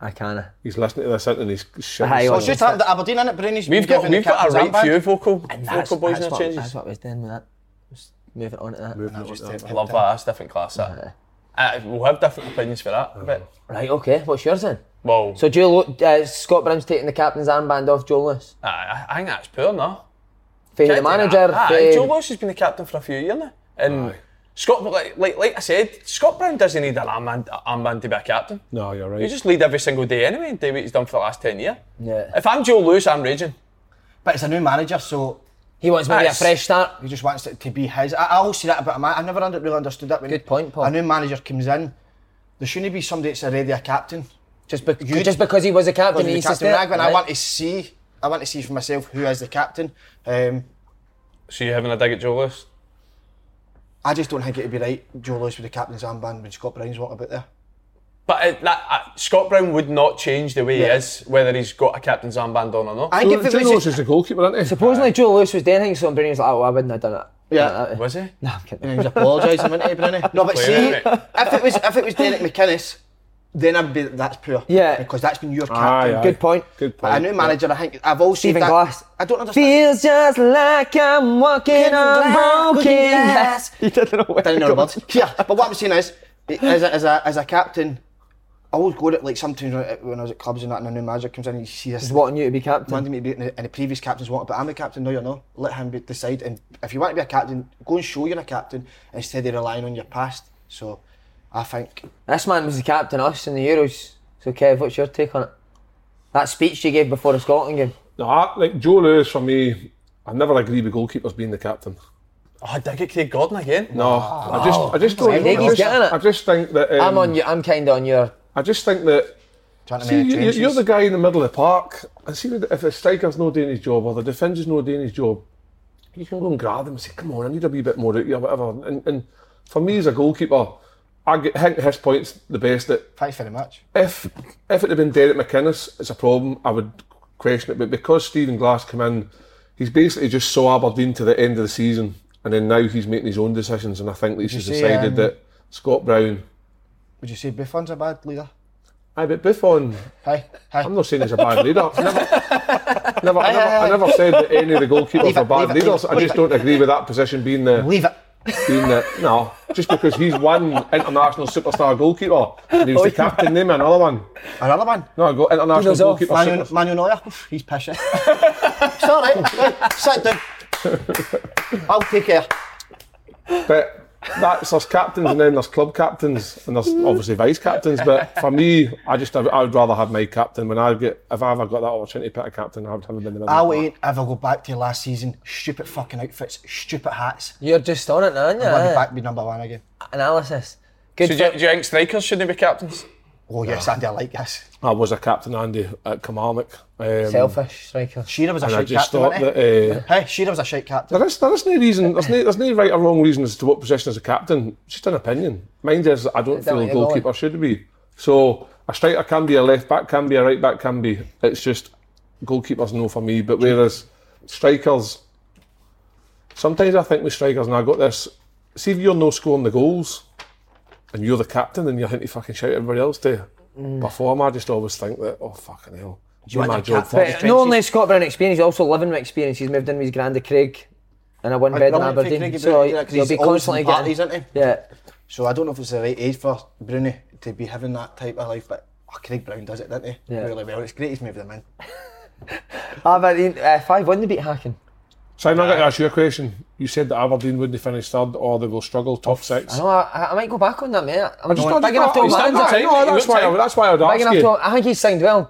A: I can't.
D: He's listening to this and he's shitting
A: Aye,
D: himself.
C: I was just at the Aberdeen, innit, Brunies?
B: We've got, we've got a right few vocal,
A: That's,
B: vocal boys
A: that's
B: now
A: what,
B: changes.
A: that's what I was doing with that. Just move it on to that.
B: I love that. That's different class. That. Uh, we'll have different opinions for that. But
A: Right, okay. What's yours then?
B: well,
A: Uh-huh. So Joe, uh, Scott Brown's taking the captain's armband off Joe Lewis.
B: I, I, I think that's poor, no.
A: Faye the
B: Can't do that.
A: manager.
B: Aye,
A: Faye-
B: Joe Lewis Ah, has been the captain for a few years now, and Scott, like, like like I said, Scott Brown doesn't need an armband, armband to be a captain.
D: No, you're right.
B: You just lead every single day anyway, and do what he's done for the last ten years.
A: Yeah.
B: If I'm Joe Lewis, I'm raging.
C: But it's a new manager, so
A: He wants maybe a
B: That's-
A: fresh start.
C: he just wants it to be his. I, I always see that about a man. I never under, really understood that. When
A: Good point, Paul.
C: A new manager comes in, there shouldn't be somebody that's already a captain.
A: Just, bec-
C: You-
A: just because he was a captain,
C: Because
A: he
C: the
A: needs to
C: captain
A: stay.
C: Raglan, I
A: Right.
C: want to see. I want to see for myself who is the captain. Um,
B: So you're having a dig at Joe Lewis?
C: I just don't think it would be right. Joe Lewis with the captain's armband when Scott Brown's walking about there.
B: But it, that, uh, Scott Brown would not change the way he is, whether he's got a captain's armband on or not.
C: I
D: Joe,
C: think if
D: Joe
C: it
D: Lewis
C: was
D: is the goalkeeper, isn't he?
A: Supposedly Joe Lewis was doing things, so Brady was like, oh, I wouldn't have done it.
C: yeah,
B: Was he?
A: No, I'm kidding.
C: and he was apologising, wasn't he, Bruni? No, but see,
B: Clear, innit?
C: if it was if it was Derek McInnes, then I'd be that's poor.
A: Yeah.
C: because that's been your captain.
D: Aye, aye.
A: Good point.
D: Good
C: But a
D: point.
C: new manager, I think I've also
A: Stephen
C: that,
A: Glass.
C: I don't understand.
A: Feels just like I'm walking
C: Looking
A: on
C: glass,
A: broken
C: looking
A: glass.
C: glass.
A: He didn't know where
C: down
A: to
C: our
A: go.
C: words. <laughs> Yeah, but what I'm saying is, i- as a, as a, as a captain, I always go at it like sometimes when I- when I was at clubs and that, and a new manager comes in and you see this.
A: He's wanting you to be
C: Mandy
A: captain.
C: may be and the, and the previous captain's wanted, but I'm the captain. No, you're not. Let him be, decide. And if you want to be a captain, go and show you're a captain instead of relying on your past. So, I think
A: This man was the captain of us in the Euros. So Kev, what's your take on it? That speech you gave before the Scotland game.
D: No, I, like Joe Lewis for me, I never agree with goalkeepers being the captain.
B: Oh, I dig at Craig Gordon again.
D: No, I just, I just don't.
A: I think he's
D: I, just,
A: getting it.
D: I just think that. Um,
A: I'm on you. I'm kind of on your.
D: I just think that.
C: trying to
D: See,
C: manage
D: you, you-
C: trenches.
D: you're the guy in the middle of the park. And see, if a striker's not doing his job or the defender's not doing his job, you can go and grab him and say, "Come on, I need a wee bit more out of you," or whatever. And, and for me as a goalkeeper, I get, I think his point's the best. That
C: Thanks very much.
D: if if it had been Derek McInnes, it's a problem. I would question it, but because Stephen Glass came in, he's basically just saw Aberdeen to the end of the season, and then now he's making his own decisions. And I think that he's
C: see,
D: decided
C: um,
D: that Scott Brown.
C: Would you say Buffon's a bad leader?
D: Aye, but Buffon,
C: Hi, hi.
D: I'm not saying he's a bad leader. Never, never, I, never I never said that any of the goalkeepers
C: Leave
D: are
C: it,
D: bad
C: leave it,
D: leaders.
C: leave it,
D: I just don't agree with that position being the
C: Leave it.
D: being the no. Just because he's one international superstar goalkeeper and he was the
C: Oh,
D: captain, name another one.
C: Another one.
D: No, go international
C: oh,
A: Dino's off.
D: goalkeeper.
C: Manu,
D: super-
C: Manu Neuer, Oof, he's pissing. Sorry, sit down. I'll take care.
D: But that's there's captains and then there's club captains and there's obviously vice captains. But for me, I just have, I would rather have my captain when I get if I ever got that opportunity to pick a captain, I would have him in the middle.
C: I won't ever go back to last season. Stupid fucking outfits, stupid hats.
A: You're just on it, now, aren't you?
C: I'll be
A: eh?
C: back be number one again.
A: Analysis. Good.
B: So do,
A: for-
B: you, do you think strikers shouldn't be captains?
C: Oh yes, Andy, I like this.
D: I was a captain Andy at Kilmarnock. Um,
A: Selfish striker.
C: Shearer was a
D: And I
C: shite
D: just
C: captain.
D: thought
C: wasn't
D: that uh,
C: he? Hey, Shearer was a shite captain.
D: there is there is no
C: <laughs>
D: reason there's no there's no right or wrong reason as to what position as a captain. It's just an opinion. Mine is I don't
A: Is that
D: feel
A: what
D: a
A: you're going?
D: goalkeeper should be. So a striker can be a left back, can be a right back, can be. It's just goalkeepers no for me. But whereas strikers, sometimes I think with strikers, and I got this. See if you're no scoring the goals, and you're the captain, and you're having to fucking shout everybody else to perform. I just always think that oh fucking hell, do
C: want
D: my
C: Mm. the
D: job
C: captain?
D: first.
A: But not only Scott Brown experience, he's also living with experience. He's moved in with his granddad Craig and a one bed in
C: Robin Fick,
A: Aberdeen.
C: Craigie
A: so
C: Brown, yeah, 'cause
A: he'll
C: he's
A: be
C: always in
A: constantly
C: parties,
A: getting.
C: isn't he?
A: Yeah.
C: So I don't know if it's the right age for Bruni to be having that type of life, but oh, Craig Brown does it, doesn't he?
A: Yeah.
C: Really well. It's great he's moved him in.
A: Aberdeen, uh, 5 1 they beat Hacking.
D: Simon, I'm going to ask you a question. You said that Aberdeen wouldn't finish third or they will struggle top six.
A: Oh, I know, I, I might go back on that, mate. I'm
D: Just
A: just
D: wondering-
A: big enough to
D: He's
A: manage
D: not-
A: it.
D: no, that's why, I- that's why I would
A: Big
D: ask
A: enough
D: you.
A: to, I think he's signed well.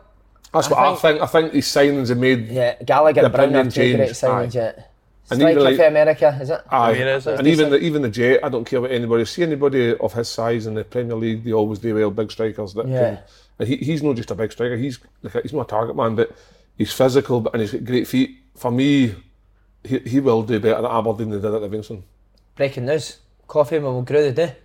D: that's what I think. I think these signings have made
A: Yeah, Gallagher
D: the
A: and Brown are
D: opinion
A: two great
D: change.
A: signings,
D: aye.
A: yeah.
D: And
A: Striker
D: even like-
A: for America, is it?
D: Aye.
B: Ramirez,
D: and
B: that's
D: even the, even the Jet, I don't care about anybody. See anybody of his size in the Premier League, they always do well. Big strikers that
A: Yeah.
D: can. And he, he's not just a big striker. He's like a- he's not a target man, but he's physical, but and he's got great feet. For me, he, he will do better at Aberdeen than he did at Livingston.
A: Breaking news. Coffee will grow the day.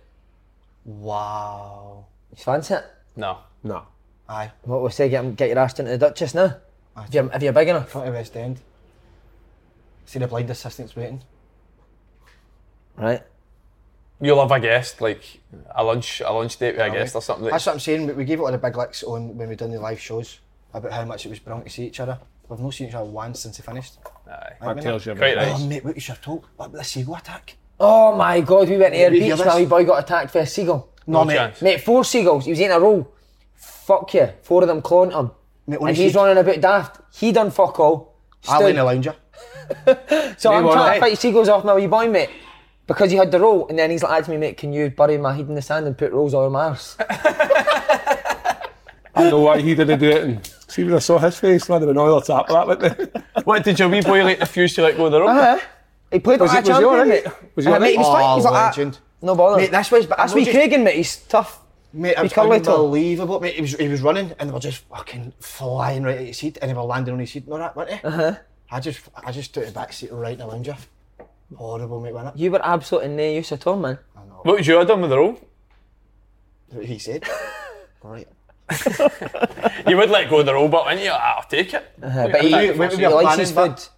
B: Wow.
A: You fancy it?
B: No.
D: Nah.
C: Aye.
A: What we say, get, get your ass into the Duchess now. If you're, if you're big enough.
C: Front of West End. See the blind assistants waiting.
A: Right.
B: You'll have a guest, like a lunch a lunch date with a guest or something.
C: That's what I'm saying. we- We gave it all the big licks on when we done the live shows about how much it was brilliant to see each other. We've not seen each other once since he finished.
B: Aye.
D: That
C: mean,
D: tells you about
B: Quite
D: it.
B: right.
C: Oh mate, what is your talk? What about the seagull attack?
A: Oh my God, we went to Air
C: Did you hear
A: Beach and my
C: this?
A: wee boy got attacked by a seagull.
C: No,
B: No
C: mate.
B: chance.
A: Oh, Mate, four seagulls. He was in a row. Fuck you. Four of them clawing at him.
C: Mate,
A: and
C: honestly-
A: he's running a bit daft. He done fuck all.
C: I lay in
A: Stood.
C: the lounger.
A: So I'm
D: were
A: trying
D: right.
C: eh?
A: to fight seagulls off my wee boy, mate. Because he had the roll, and then he's like, to me, mate, can you bury my head in the sand and put rolls over my
C: <laughs>
A: arse?
D: I know why he didn't do it. And see when I saw his face, man, there was an oil tap that went there.
B: What did your wee boy like refuse to let go of the rope?
A: Uh-huh. He played
D: Was
A: like
D: it-
A: a
D: was he
A: champion,
D: alright?
A: mate.
D: Was he
A: Uh, mate,
D: alright?
A: he was fine.
C: Oh,
A: He's like,
C: legend.
A: "Ah, no bother.
C: Mate, that's why. That's
A: That's wee
C: just,
A: Craig, mate. He's tough.
C: Mate, it
A: He
C: was
A: curled it up.
C: unbelievable. Mate, he was, he was running and they were just fucking flying right at his seat and they were landing on his seat. No, that weren't they? Uh-huh. I just, I just took the back seat right in the lounger. Horrible, mate, wasn't
A: You were absolutely no use at all, man.
B: What would you have done with the rope?
C: it? What
A: <laughs>
C: he said. right.
B: You would let go of the rope, but wouldn't you? Ah, I'll take it.
A: Uh, but he,
C: I-
A: he,
C: when we
A: he
C: were
A: likes his
C: planning
A: food.
C: that-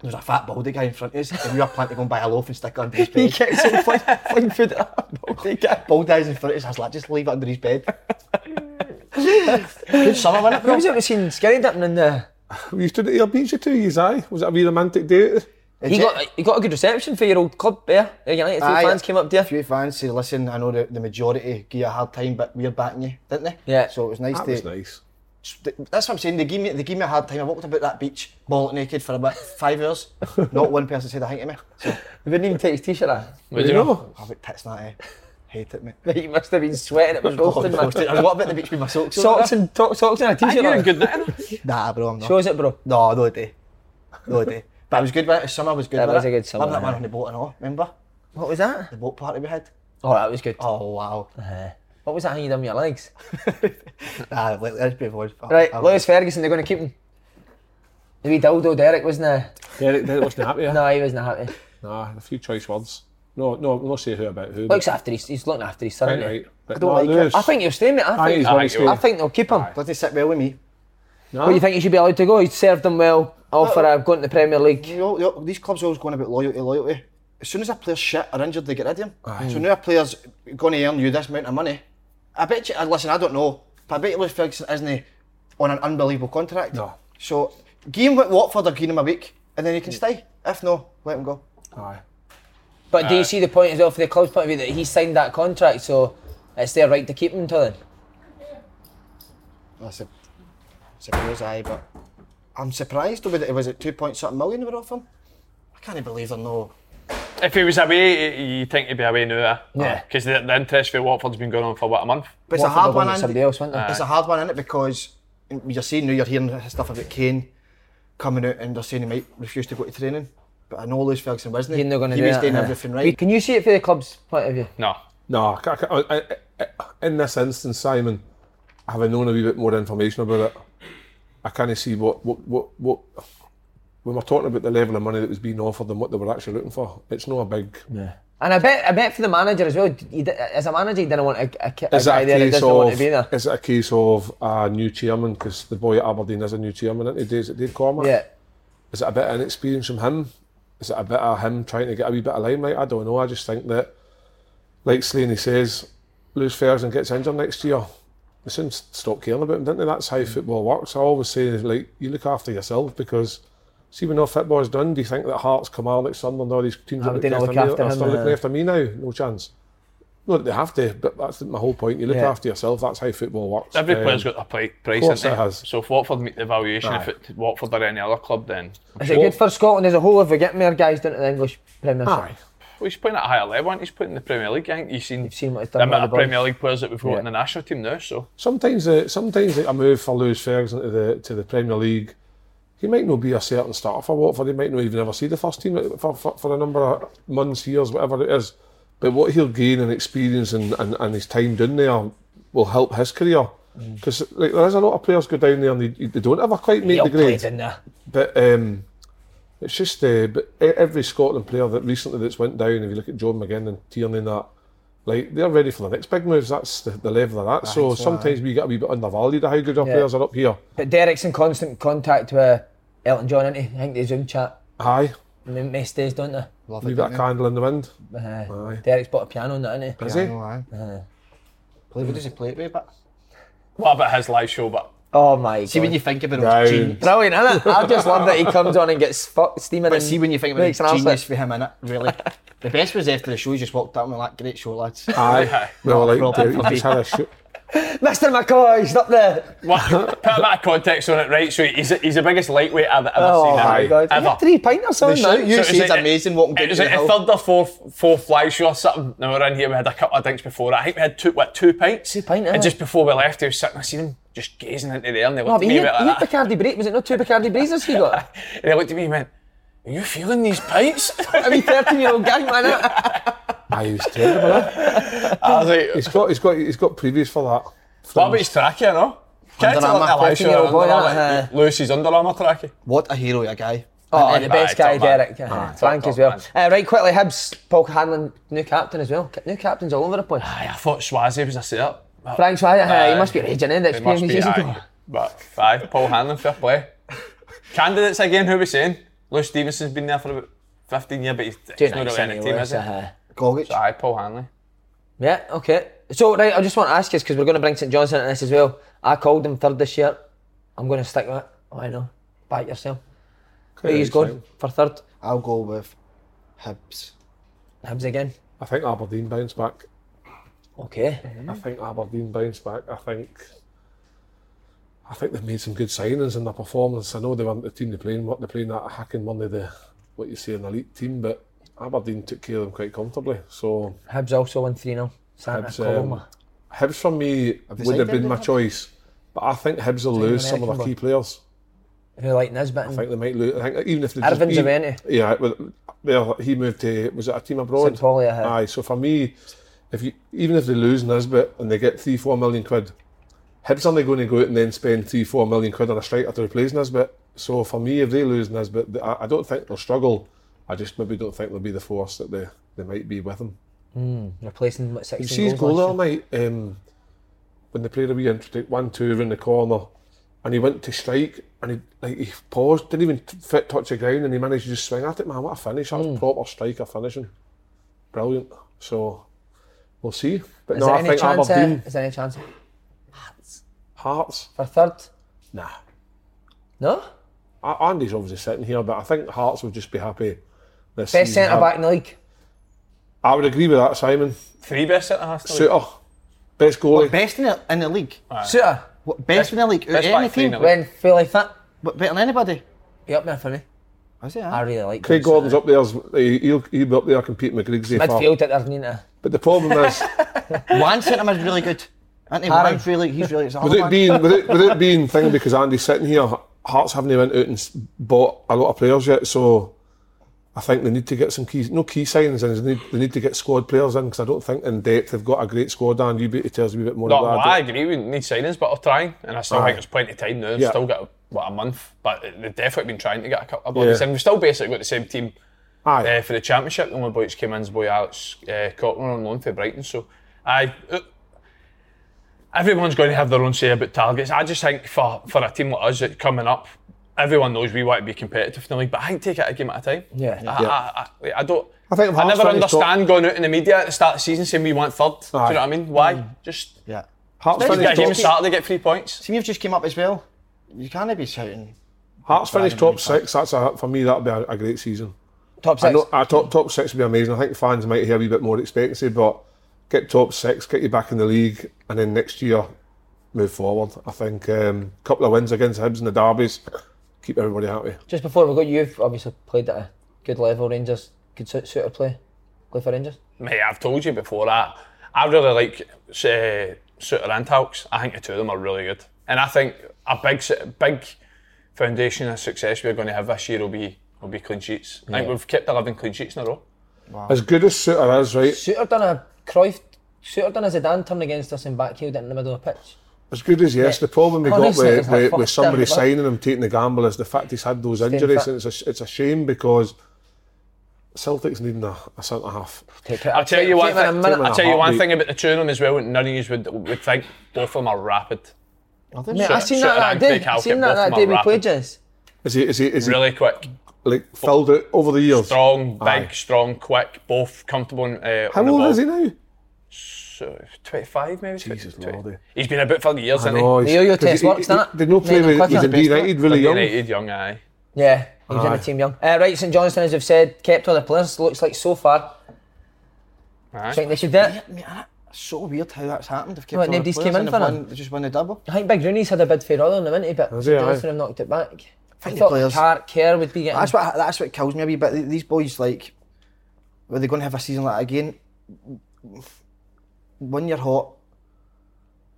C: There was a fat baldy guy in front of us and we were planning to go and buy a loaf and stick it under
A: <laughs>
C: his
A: He
C: bed.
A: kept on
C: <laughs>
A: fling- fling food at him.
C: They got bald eyes in front of us. I was like, just leave it under his bed. Good summer, wasn't it,
A: Who
C: bro?
A: was it we seen Skinny dipping in the...
D: <laughs> We used to do it at Air Beach for two years, aye. Was it a wee romantic date?
A: He got, he got a good reception for your old club there. The United Aye,
C: Aye.
A: fans came up there.
C: A few fans said, listen, I know the, the majority give you a hard time, but we're backing you, didn't they?
A: Yeah.
C: So it was nice
D: That
C: to...
D: was nice.
C: That's what I'm saying. They gave me they gave me a hard time. I walked about that beach, ball naked for about
A: <laughs>
C: five hours. Not one person said a thing to me. So
A: He wouldn't even take his t-shirt off.
B: Would you know?
C: I was like, tits not eh? Hate it,
A: <laughs>
C: mate.
A: He must have been sweating. <laughs> It was roasting, man.
C: And what about the beach with my socks? on?
A: Oh, Socks <laughs> and, to- socks and a t-shirt
B: You're a
A: on.
B: good knitter.
C: Nah, bro, I'm not.
A: Shows it, bro.
C: No, no day. No day. But it was good, wasn't it? Summer was good.
A: It
C: wasn't
A: was a good summer,
C: Remember that
A: aye.
C: man on the boat and all, remember?
A: What was that?
C: The boat party we had?
A: Oh, that was good.
C: Oh, wow.
A: What was that hanging down your legs?
C: nah, let, let's be voice.
A: Right, Lewis Ferguson, they're going to keep him. The wee dildo Derek wasn't
D: Derek, Derek wasn't happy, yeah?
A: there. <laughs> No, he wasn't happy.
D: Nah, a few choice words. No, no, we'll not say who about who.
A: Looks after his, he's looking after his son.
D: Right,
A: isn't he?
D: right. But
C: don't
D: no,
C: like it.
D: Lewis-
A: I think he'll stay, mate. I
D: Aye,
A: think,
D: he's
A: I,
D: going to
B: think-
D: stay.
A: I think they'll keep him.
C: Doesn't sit well with me.
A: But you think he should be allowed to go? He's served him well. All for uh, going to the Premier League.
C: You know, you know, these clubs are always going about loyalty, loyalty. As soon as a player's shit or injured, they get rid of him. So now a player's going to earn you this amount of money. I bet you, uh, listen, I don't know, but I bet you Lewis Ferguson isn't on an unbelievable contract.
D: No.
C: So give him what Watford or give him a week and then he can stay. If no, let him go.
D: Aye.
A: But
D: Uh,
A: do you see the point as well for the club's point of view that he signed that contract, so it's their right to keep him until then?
C: That's a, it's a close eye, but I'm surprised with it. Was it two point something million they were off him? I can't believe they're no.
B: If he was away, you think he'd be away now,
A: Yeah.
B: Because the, the interest for Watford's been going on for about a month.
C: But it's a
A: Watford
C: hard
A: will
C: one.
A: go to
C: Andy.
A: somebody else, won't
D: Uh,
A: they?
C: It's a hard one, isn't it? Because you're seeing now, you're hearing stuff about Kane coming out, and they're saying he might refuse to go to training. But I know Lewis Ferguson wasn't.
A: He's not going to
C: he
A: do
C: was
A: that,
C: doing
A: uh,
C: everything right.
A: Can you see it for the club's point of view?
B: No.
D: No, I ca- I- I- I- in this instance, Simon, having known a wee bit more information about it, I kind of see what, what, what, what, when we're talking about the level of money that was being offered and what they were actually looking for, it's not a big.
A: And I bet, I bet for the manager as well. he di- as a manager, he didn't want a, a, ki- a
D: Is
A: guy
D: that
A: there that
D: a case
A: doesn't want to
D: of?
A: be there.
D: Is it a case of a new chairman? Because the boy at Aberdeen is a new chairman. Isn't he? Days at Dave Cormack.
A: Yeah.
D: Is it a bit of inexperience from him? Is it a bit of him trying to get a wee bit of limelight? I don't know. I just think that, like Slaney says, Lewis Ferguson gets injured next year. They soon s- stop caring about him, didn't they? That's
A: Mm.
D: how football works. I always say, like, you look after yourself because, see, when all football's done, do you think that Hearts, Kilmarnock, Sunderland, all these teams that
A: Aberdeen
D: looked
A: will
D: after
A: look
D: me
A: after
D: are still
A: him,
D: looking
A: uh,
D: after me now? No chance. Not that they have to, but that's my whole point. You look
A: Yeah.
D: after yourself, that's how football works.
B: Every
D: Um,
B: player's got their pri- price,
D: course
B: isn't
D: it has.
B: So if Watford meet the valuation, if it Watford or any other club, then
A: Is it good for Scotland as a whole if we get more guys down to the English
C: Ah,
A: Premiership?
D: Aye.
B: well, he's playing at a higher level. And he's playing in the Premier League. I think you've seen,
A: You've seen what he's
B: the
A: done with
B: amount
A: the
B: of
A: boys.
B: Premier League players that we've got
A: Yeah.
B: in the national team now. So
D: uh, Sometimes, uh, sometimes like, a move for Lewis Ferguson to the to the Premier League he might not be a certain starter for Watford. He might not even ever see the first team uh, for, for, for a number of months, years, whatever it is. But what he'll gain in experience and, and, and his time down there will help his career. Because like, there is a lot of players go down there and they, they don't ever quite make the grade.
A: in there.
D: But um, it's just uh, but e- every Scotland player that recently that's went down. If you look at John McGinn and Tierney and that, like they're ready for the next big moves. That's the, the level they're at. So,
C: uh,
D: sometimes we get a wee bit undervalued at how good our
A: Yeah.
D: players are up here.
A: But Derek's in constant contact with Elton John, isn't he? I think they Zoom chat
D: Aye,
A: and they mess days, don't they?
C: Love
D: leave
C: it.
D: that candle in the wind.
A: Uh,
D: Aye.
A: Derek's bought a piano on that, isn't he?
D: Is
C: I
D: he?
C: know, aye. Play, what does he play it with? But
B: What about his live show? But
A: Oh my god.
C: see when you think about
D: Down.
C: it, genius.
A: Brilliant, isn't it? I just love that he comes on and gets fucked steaming.
C: But
A: and
C: see when you think about it,
A: makes
C: it's
A: an arse
C: genius
A: out.
C: for him in it.
A: <laughs>
C: Really, the best was after the show. He just walked up and went, like, "Great show, lads."
D: Aye, no, like
C: proper
D: Derek, you just had a shoot.
A: Mr. McCoy, stop there.
B: what, put a bit of context on it, right? So he's, he's the biggest lightweight I've ever
A: Oh
B: seen. eh?
A: my
D: aye.
A: god. You
B: Ever.
A: had three pints or something now.
C: shout you
B: it was
C: say it's amazing walking
B: It
C: down
B: was
C: the
B: like a
C: hill.
B: third or fourth, fourth fly show or something. Now we're in here, we had a couple of drinks before. I think we had two, what, two pints?
A: Two pint, aye.
B: And just before we left, he was sitting, I seen him just gazing into the air and they
A: Oh,
B: looked
A: but
B: at
A: he
B: me
A: had,
B: a bit
A: he had
B: like that.
A: Bacardi Breeze. Was it not two Bacardi Breezes he got?
B: And they looked at me and went, are you feeling these pints?
A: I mean, 13 year old gang, man. innit?
D: Aye, he was terrible. eh?
B: I was like,
D: He's got, he's got, he's got previous for that.
B: what about his trackie, you know? Can I
C: Under
B: tell him
C: Armour,
B: that live show
A: 13-year-old
B: on
A: boy,
B: Under Armour,
A: that, uh,
B: Lewis, his Under Armour trackie?
C: What a hero, a guy.
A: Oh,
B: Aye,
A: the best
B: top
A: guy,
B: man.
A: Derek.
B: Aye,
A: Uh,
B: top,
A: Frank as
B: top
A: well. Uh, right, quickly, Hibs, Paul Hanlon, new captain as well. New captains all over the place.
B: Aye, I thought Schwazi was a setup.
A: Frank Swire, uh, he must be raging in the
B: It must
A: experience.
B: be,
A: he's
B: aye.
A: got-
B: But aye, Paul Hanlon, fair play. Candidates again, who we saying? Lewis Stevenson's been there for about 15 years, but he's, he's
A: Doing
B: not
A: nice
B: really in the team,
A: anyway,
B: is he?
A: so, uh,
C: Gogic.
B: Aye, Paul Hanley.
A: Yeah, okay. So, right, I just want to ask you, because we're going to bring St Johnson into this as well. I called him third this year. I'm going to stick with it. Oh, I know. Back yourself. Who he's going for third?
C: I'll go with Hibs.
A: Hibs again.
D: I think Aberdeen bounce back.
A: Okay.
D: I think Aberdeen bounce back. I think I think they've made some good signings in their performance. I know they weren't the team they playing what they're playing that hacking Monday the what you say an elite team, but Aberdeen took care of them quite comfortably. So
A: Hibs also won 3 0. Santa
D: Hibs, um,
A: Coloma.
D: Hibs for me would
C: signed
D: have been my
C: anyone?
D: choice. But I think Hibs will lose some of their
A: American
D: key players.
A: Who like Nisbet?
D: I
A: and
D: think they might lose. I think even if they
A: Irvin
D: just, e-
A: Zaventi.
D: Yeah, well, there he moved to was it a team abroad?
A: St. Pauli, aye.
D: Aye. So for me, if you even if they lose Nisbet and they get three four million quid, Hibs aren't going to go out and then spend three four million quid on a striker to replace Nisbet. So for me, if they lose Nisbet, th- I, I don't think they'll struggle. I just maybe don't think they'll be the force that they, they might be with them.
A: Replacing what,
D: You
A: 16
D: see his
A: goals
D: goal
A: last
D: the
A: year.
D: other night um, when they played a wee intra one two in the corner, and he went to strike and he like he paused, didn't even t- fit touch the ground, and he managed to just swing at it. Man, what a finish!
A: Hmm.
D: That's proper striker finishing, brilliant. So we'll see. But
A: Is
D: no,
A: there
D: I
A: any
D: think
A: chance? uh,
D: Aberdeen
A: is there any chance
D: Hearts.
A: for third?
D: Nah,
A: No.
D: A- Andy's obviously sitting here, but I think Hearts will just be happy. This
A: Best
D: season.
A: centre back in the league.
D: I, I would agree with that, Simon.
B: Three best centre halves. to leave.
D: Suter, best goalie.
C: Best in the, in the league.
A: Suter.
C: What, best, in the league.
B: best
C: Out
B: back
C: of
B: three in the
C: any team.
B: league.
A: When fully fit,
C: But better than anybody.
A: you up there for me.
C: Is it?
A: I
C: aye?
A: really like
D: Craig
A: them.
D: Gordon's up there. He- He'll, he'll be up there competing with Griggsy. for-
A: Midfield at Arnina.
D: But the problem is,
C: One centre mid is really good. Isn't he? One's really, he's really.
D: with it being with it, with it being thing because Andy's sitting here, Hearts haven't went out and s- bought a lot of players yet, so I think they need to get some keys, no key signings, and they need, they need to get squad players in because I don't think in depth they've got a great squad. And you better tell us a wee bit more
B: No,
D: about
B: well,
D: that.
B: I agree, we need signings, but we're trying. And I still
D: Aye.
B: think there's plenty of time now. We've
D: Yeah.
B: still got, what, a month? But they've definitely been trying to get a couple of bodies
D: Yeah.
B: in. We've still basically got the same team
D: Aye.
B: uh, for the Championship. The only boy that's came in is boy Alex uh, Cotton on loan for Brighton. So, aye. uh, Everyone's going to have their own say about targets. I just think for, for a team like us that's coming up, everyone knows we want to be competitive in the league, but I think take it a game at a time.
A: Yeah.
B: I, I, I, I don't.
D: I think if
B: I
D: Hearts
B: never
D: fans don't-
B: understand going out in the media at the start of the season saying we want third. Do
D: Aye.
B: you know what I mean? Why? Just
C: Yeah.
D: Hearts
B: just get a game
D: finished top,
B: started to get three points.
C: See, you've just came up as well. You can't be shouting.
D: Hearts finished top
C: Brandon
D: six. That's a, for me. That'd be a, a great season.
A: Top
D: I
A: six.
D: know, uh, top top six would be amazing. I think fans might hear a wee bit more expectancy, but get top six, get you back in the league, and then next year move forward. I think a um, couple of wins against Hibs and the derbies keep everybody happy.
A: Just before we go, you've obviously played at a good level. Rangers good suit, suitor play. Play for Rangers.
B: Mate, I've told you before, I, I really like uh, Suter and Talks. I think the two of them are really good. And I think a big, s- big foundation of success we're going to have this year will be will be clean sheets. I think we've kept 11 clean sheets in a row.
D: As good as Suter is, right?
A: Suter done a Cruyff, Suter done a Zidane turn against us and backheeled it in the middle of the pitch.
D: As good as yes. The problem we
A: Honestly,
D: got
A: it's
D: with,
A: like
D: with,
A: fuck
D: with somebody
A: them, but-
D: signing him, taking the gamble, is the fact he's had those injuries,
A: fit.
D: and it's a, sh- it's a shame because Celtic's needing a, a centre half.
B: I'll tell you one
A: Take me in a
B: thing.
A: minute.
B: I'll tell you one
D: Heartbeat.
B: thing about the two of them as well. None of you would, would think both of them are rapid.
A: Mate, I seen
B: Suter
A: that that
B: and
A: day.
B: Mikel
A: I seen
B: kept
A: that
B: both
A: that
B: of
A: day
B: them
A: we played
B: rapid.
A: Jez.
D: Is he, is he, is he
B: Really quick.
D: like filled out over the years?
B: Strong, big,
D: Aye.
B: strong, quick, both comfortable. in, Uh, on
D: How
B: the
D: old
B: ball.
D: is he now?
B: So, 25 maybe?
D: Jesus
B: 20.
D: lordy.
B: He's been about for years,
D: I
B: hasn't
D: know.
B: he?
D: he's-
A: The yo-yo
D: 'cause
A: test
D: he-
A: works,
D: he-
A: doesn't it?
D: They no play
A: Made him
D: with,
A: quicker.
D: with Dundee United really young.
B: United, young, aye.
A: Yeah, he was in
D: Aye.
A: the team young. Uh, right, St Johnston, as we've said, kept all the players. Looks like so far. I think they should do it.
C: It's so weird how that's happened. They've kept
A: What,
C: all the
A: nobody's
C: players
A: came
C: and
A: in
C: they've
A: for
C: won-
A: them?
C: They just won the double.
A: I think Big Rooney's had a bid for other than him, didn't he? But
D: Has he,
A: St
D: aye?
A: Johnston have knocked it back. I
C: the
A: thought
C: players-
A: Car- Kerr would be getting.
C: That's what that's what kills me a wee bit. These boys like, were they going to have a season like that again? When you're hot,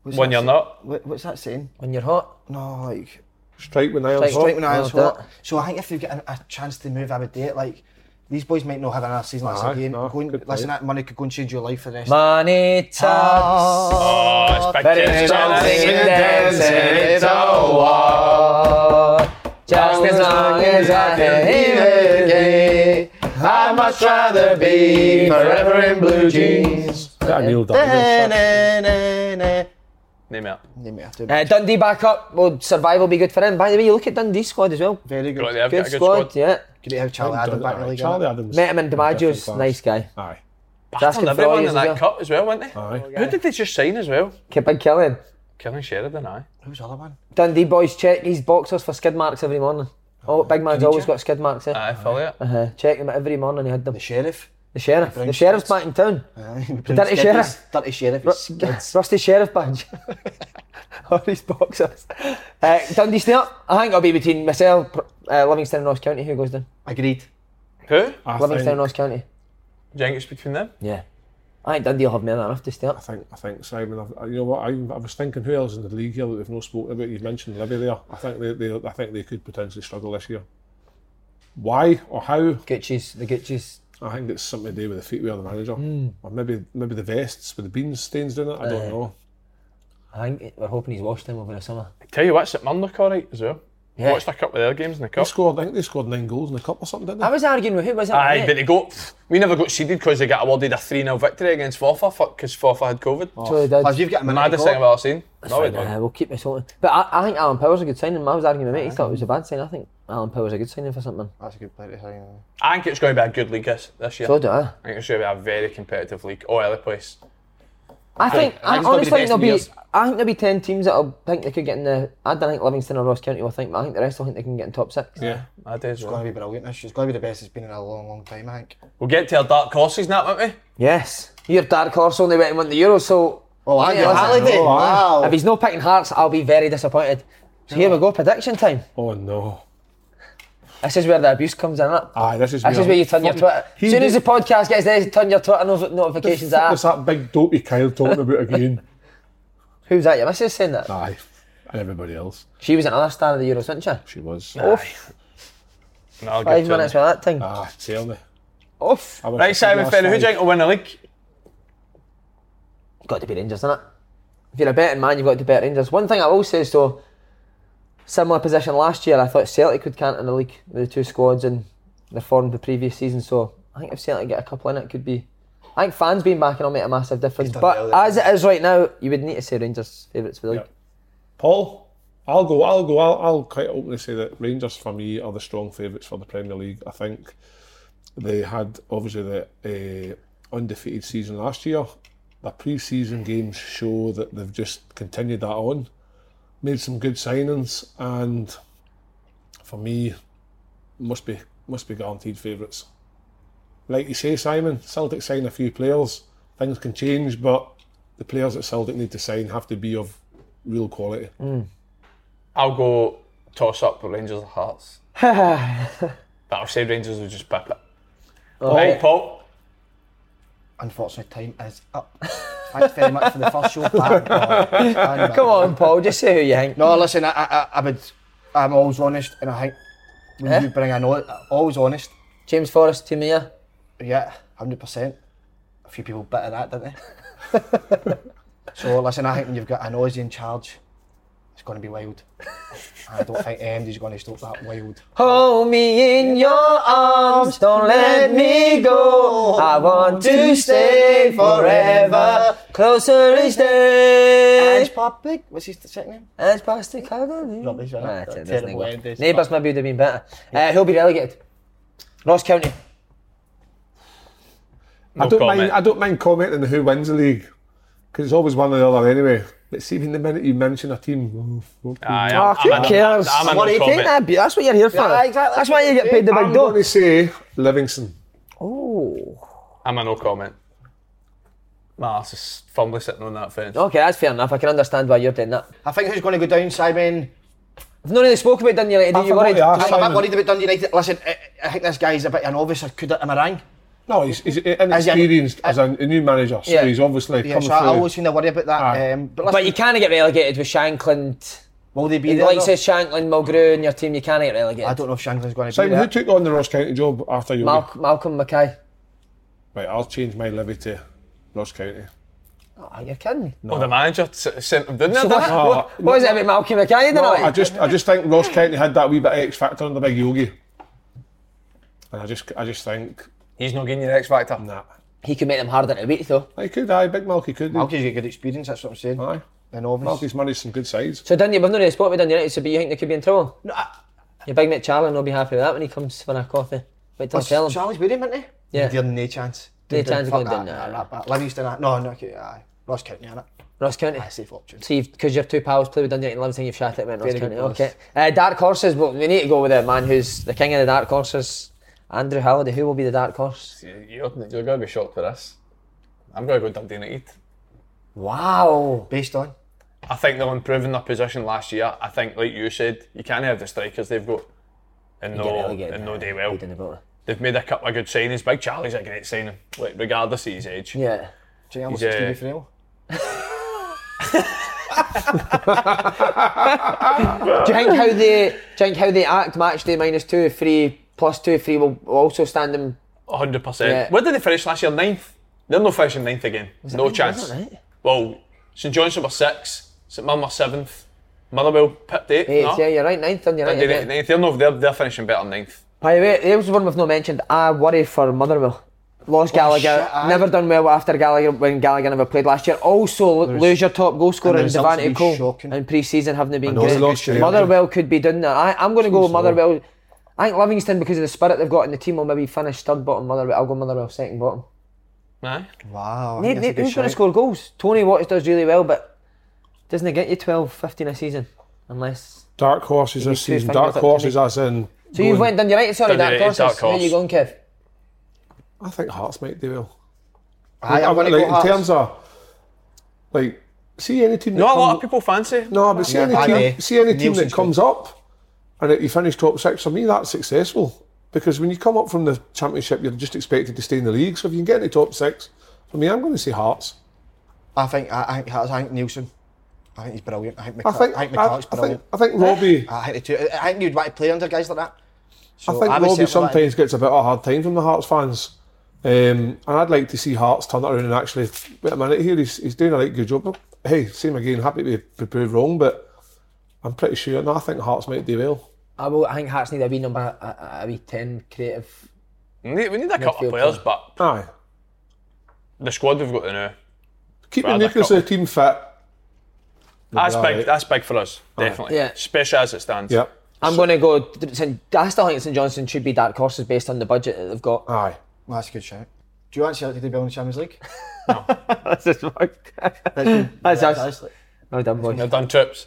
C: what's
B: When
C: that
B: you're
C: say-
B: not.
C: what- what's that saying?
A: when you're hot.
C: No, like
D: Strike when irons
A: Strike
D: hot.
C: straight when I was
A: well,
C: hot.
A: that-
C: So I think if they get a, a chance to move, I would do it. Like these boys might not have another season like
D: Aye,
C: that again.
D: no,
C: Go and-
D: good
C: listen,
D: point.
C: that money could go and change your life for the rest.
A: Money talks.
B: Oh, it's big
A: Very
B: James
A: strong
B: Johnson.
A: singing, dancing, it's a war. Just as long as I can hear it, I'd much rather be forever in blue jeans.
D: Is that a Neil Diamond?
B: Name out.
C: They might have to-
A: Uh, Dundee back up. Will survival be good for him? By the way, you look at Dundee squad as well.
C: Very good.
B: Right, they have
A: Good
B: got a good
A: squad,
B: squad.
A: yeah.
C: Great how Charlie
D: Aye,
C: Adam back in the league.
D: Charlie
C: innit?
D: Adams.
A: Met him in DiMaggio's.
D: Different
A: Nice guy.
D: Aye.
A: Asking
B: Battled
A: for
B: everyone
A: all
B: in
A: years
B: that
A: as
B: cup as well, weren't they?
D: Aye.
B: Who did they just sign as well?
A: Keep on killing.
B: Killing Sheridan, aye.
C: Who's the other one?
A: Dundee boys check these boxers for skid marks every morning. Oh, big man's always got skid marks. Eh?
B: Aye,
A: <laughs>
B: follow it.
A: Uh, check them every morning. He had them.
C: The sheriff.
A: The sheriff. The
C: brings
A: sheriff's
C: skids.
A: back in town.
C: the
A: dirty sheriff.
C: Dirty sheriff.
A: Ru-
C: He's scared.
A: Rusty Sheriff badge. <laughs> All these boxers. Uh, Dundee stay up. I think it'll be between myself, Pr- uh, Livingston and Ross County. Who goes down?
C: Agreed.
B: Who?
D: I
A: Livingston
D: think-
A: and Ross County.
B: Do you think it's between them?
A: Yeah. I think Dundee will have more than enough to stay
D: I
A: up.
D: think I think Simon. I've, you know what? I, I was thinking who else in the league here that we've not spoken about. You've mentioned Libby there. I think they, they I think they could potentially struggle this year. Why or how?
A: Gucci's, the Gucci's.
D: I think it's something to do with the feet wear the manager,
A: Hmm.
D: or maybe maybe the vests with the bean stains doing it. I
A: Uh.
D: don't know.
A: I think it- we're hoping he's washed them over the summer.
B: Tell you what, St Mirren look alright as well.
A: Yeah.
B: Watched a couple of their games in the
D: They
B: cup.
D: scored. I think they scored nine goals in the cup or something, didn't
A: I
D: they?
A: was arguing with who was it?
B: Aye,
A: mate?
B: but they got. We never got seeded because they got awarded a 3 0 victory against Forfar because Forfar had COVID.
A: So they did.
C: Plus, you've got a
B: The
C: minute
B: maddest thing I've ever seen. No, we
A: Nah,
B: don't.
A: we'll keep this open. But I, I think Alan Power's a good signing. I was arguing with mate. He thought it was a bad sign. I think Alan Power's a good signing for something.
C: That's a good play to sign.
B: I think it's going to be a good league this, this year.
A: So do I.
B: I think it's going to be a very competitive league. All over the place.
A: I think I,
C: it's gotta be
A: honestly think
C: the best
A: there'll
C: in
A: be
C: years.
A: I think there'll be ten teams that'll think they could get in the I don't think Livingston or Ross County will think, but I think the rest will think they can get in top six.
D: Yeah.
B: I do as
C: It's going
B: well.
C: to be brilliant this year. It's going to be the best it's been in a long, long time, I think.
B: We'll get to our dark horses now, won't we?
A: Yes. Your dark horse only went and won the Euro, so
C: Oh, I
A: Yeah, listen,
D: oh, aye.
A: if he's not picking hearts, I'll be very disappointed. So here we go, prediction time.
D: Oh no.
A: This is where the abuse comes in. innit?
D: Aye, this is.
A: This is where you turn your Twitter.
D: He
A: As soon
D: did-
A: as the podcast gets there, you turn your Twitter not- notifications
D: What's
A: out.
D: that big dopey Kyle talking about again? <laughs>
A: Who's that? Your missus saying that?
D: Aye, and everybody else.
A: She was another star of the Euros, wasn't she?
D: She was.
A: Off.
B: No, I'll
A: Five
B: give
A: minutes
B: it to
A: for that thing.
D: Ah, tell me.
A: Off.
D: I wish I
B: Right,
D: could
B: Simon
D: last
B: Fenner, who do
D: night.
B: you think will win the league?
A: got to be Rangers, innit? If you're a betting man, you've got to bet Rangers. One thing I will say is though, similar position last year, I thought Celtic could canter the league with the two squads and their form the previous season. So I think if Celtic get a couple in, it could be. I think fans being back and will make a massive difference.
C: done
A: But
C: well there.
A: as it is right now, you would need to say Rangers favourites for the league.
D: Yep. Paul, I'll go. I'll go. I'll, I'll quite openly say that Rangers for me are the strong favourites for the Premier League. I think they had obviously the uh, undefeated season last year. The pre-season games show that they've just continued that on, made some good signings, and for me, must be must be guaranteed favourites. Like you say, Simon, Celtic sign a few players. Things can change, but the players that Celtic need to sign have to be of real quality.
B: I'll go toss up Rangers
A: <laughs>
B: at Hearts. but I'll say Rangers will just pip it.
A: Oh.
B: Right, Paul.
C: Unfortunately, time is up. Thanks very much for the first show. Back,
A: Come on, Paul, just say who you think.
C: No, listen, I, I, I- I would I'm always honest, and I think when
A: Eh?
C: you bring a note, always honest.
A: James Forrest, Team of the Year.
C: Yeah, hundred percent. A few people bit of that, didn't they?
A: <laughs>
C: so listen, I think when you've got an Aussie in charge, it's going to be wild. I don't think Andy's going to stop that wild.
A: Hold me in your arms, don't let me go. I want to stay forever, closer each day.
C: Ange Public, what's his second name?
A: That's past the cargo.
C: Rubbish, isn't it?
A: Nah, it's- it
C: Terrible
A: doesn't work.
C: end, it's-
A: Neighbours maybe would have been better. Uh, who'll be relegated? Ross County.
D: I don't
B: comment.
D: mind. I don't mind commenting who wins the league because it's always one or the other anyway. But see, even the minute you mention a team, oh, fuck
B: Aye,
D: you.
A: Ah,
B: I'm- I'm a no- I'm a no comment.
A: That's what you're here for. exactly. That's why you get paid the
D: I'm going to say Livingston.
A: Oh.
B: I'm a no comment. My arse is fumbly sitting on that fence.
A: Okay, that's fair enough. I can understand why you're doing that.
C: I think who's going to go down, Simon?
A: I've not really spoken about Dundee United. Are you
D: forgot
A: worried?
D: to
C: I'm
D: ask.
C: a
D: Ah, Simon.
C: bit worried about Dundee United. Listen, I, I think this guy's a bit of a novice. Could it, am I wrong?
D: No, he's, he's inexperienced as,
C: As
D: a, a new manager, so
A: Yeah.
D: he's obviously
C: uh, Yeah,
D: coming
C: so I, I
D: through.
C: always seem to worry about
D: Aye.
C: that. Um, but listen,
A: But you can't get relegated with Shankland.
C: will they be
A: The
C: there?
A: likes
C: though?
A: of Shankland, Mulgrew, and your team, you can't get relegated.
C: I don't know if Shanklin's going to be
D: Simon,
C: there.
D: who took on the Ross County job after you?
A: Mal- Malcolm Mackay.
D: Right, I'll change my levy to Ross County.
A: Oh, you're kidding me.
B: Oh, the manager s- sent him down there. didn't he?
A: <laughs>
D: Oh,
A: what, what is it about Malcolm Mackay tonight?
D: No, I just, I just think Ross County had that wee bit of X factor on the big Yogi, and I just, I just think
B: He's not getting your X Factor.
D: nah.
A: he could make them harder to beat, though.
D: I could, aye, big Malky could. do.
C: Malky's got good experience, that's what I'm saying.
D: Aye,
C: They're novice.
D: Malky's managed some good sides.
A: So, Dundee, we've not really spoken about Dundee United, so but you think they could be in trouble? No, Your big mate Charlie will be happy with that when he comes for a coffee. Wait till I tell him.
C: Charlie's with him, isn't he?
A: Yeah.
C: They're no chance.
A: No
C: They're-
A: chance of
C: fuck
A: going down
C: that,
A: there.
C: nah, that back. Livingston, aye. no, no, okay, aye. Ross County, innit?
A: Ross County.
C: Aye, safe option.
A: So, because your two pals play with Dundee United and Livingston, you've shot it, went Ross
C: Very
A: County.
C: good
A: Okay. Uh, dark horses, well, we need to go with the man who's the king of the dark horses, Andrew Halliday. Who will be the dark horse?
B: You're, you're going to be shocked with this. I'm going to go Dundee United.
A: Wow.
C: Based on?
B: I think they'll improve in their position last year. I think, like you said, you can't have the strikers they've got and
A: Get
B: no,
A: relegated.
B: and no day well.
A: Didn't they, but-
B: They've made a couple of good signings. Big Charlie's a great signing, like, regardless of his age.
A: Yeah.
C: Do you know what's
B: Yeah.
C: TV Frail?
A: Do you think how they do you think how they act match day minus two, three, plus two, three will will also stand them?
B: 100%.
A: Yeah.
B: Where did they finish last year? Ninth? They're not finishing ninth again. no chance.
A: wasn't it?
B: Well, St Johnson were sixth, St Mirren were seventh, Motherwell pipped eighth.
A: Eight,
B: no?
A: yeah, you're right, ninth on your
B: Dundee
A: right.
B: United ninth. They're, no, they're, they're finishing better than ninth.
A: By the way, there was one we've not mentioned. I worry for Motherwell. Lost Gallagher,
C: Oh, shit, aye.
A: never done well after Gallagher when Gallagher never played last year. Also, lose your top goal scorer
C: and
A: in
C: the results have
A: Devante
C: been
A: Cole
C: shocking.
A: in pre-season haven't been
C: know, they
A: great.
C: lost to
A: Motherwell could be done there. I, I'm going to go with Motherwell. I think Livingston because of the spirit they've got in the team will maybe finish third bottom. Motherwell, I'll go Motherwell second bottom.
B: Aye.
C: Wow.
A: Need, need, who's going to score goals? Tony Watts does really well, but doesn't he get you 12, 15 a season unless.
D: Dark horses this
A: two
D: season.
A: fingers
D: Dark
A: up to me.
D: horses as in.
A: So you've went Dundee United, sorry,
B: Dundee
A: Dark
B: United,
A: Horses.
B: Dark
A: Where are you
B: Horse.
A: going, Kev?
D: I think Hearts might do well.
C: Aye, I'm
D: Like,
C: going to go
D: in terms
C: Hearts.
D: of like, see any team. that
B: Not a lot
D: come-
B: of people fancy.
D: No, but see
C: Yeah, I
D: any
C: may.
D: team, see any team that
C: Nielsen's
D: comes up and that you finish top six. For me, that's successful because when you come up from the championship, you're just expected to stay in the league. So if you can get into top six, for me, I'm going to say Hearts.
C: I think, I, I think, I think Nielsen. I think he's brilliant. I think
D: I
C: McCart-
D: think I,
C: McCart's
D: I
C: brilliant.
D: think I think Robbie.
C: I think, the two, I think you'd want to play under guys like that. So
D: I think
C: would
D: Robbie
C: settle that in.
D: sometimes gets a bit of a hard time from the Hearts fans. Um, and I'd like to see Hearts turn it around and actually, wait a minute here, he's, he's doing a right good job. But, hey, same again, happy to be proved wrong, but I'm pretty sure, no, I think Hearts might do well.
A: I, will, I think Hearts need a wee number, a, a- a wee 10 creative.
B: We need, we need a
A: Midfield
B: couple of players,
A: player.
B: but
D: Aye.
B: the squad we've got now,
D: Keep
B: Rather
D: the nucleus of the team fit.
B: that's
D: be
B: big.
D: alright.
B: That's big for us, definitely.
A: Yeah.
B: Especially as it stands.
D: Yep.
A: I'm going to go. St- I still think St Johnson should be Dark Horses based on the budget that they've got.
D: Aye.
C: Well, that's a good shout. Do you want Celtic to be in the Champions <laughs> League?
A: <laughs> That's <laughs> just fucked. That's us. Well done, boys.
B: They've done trips.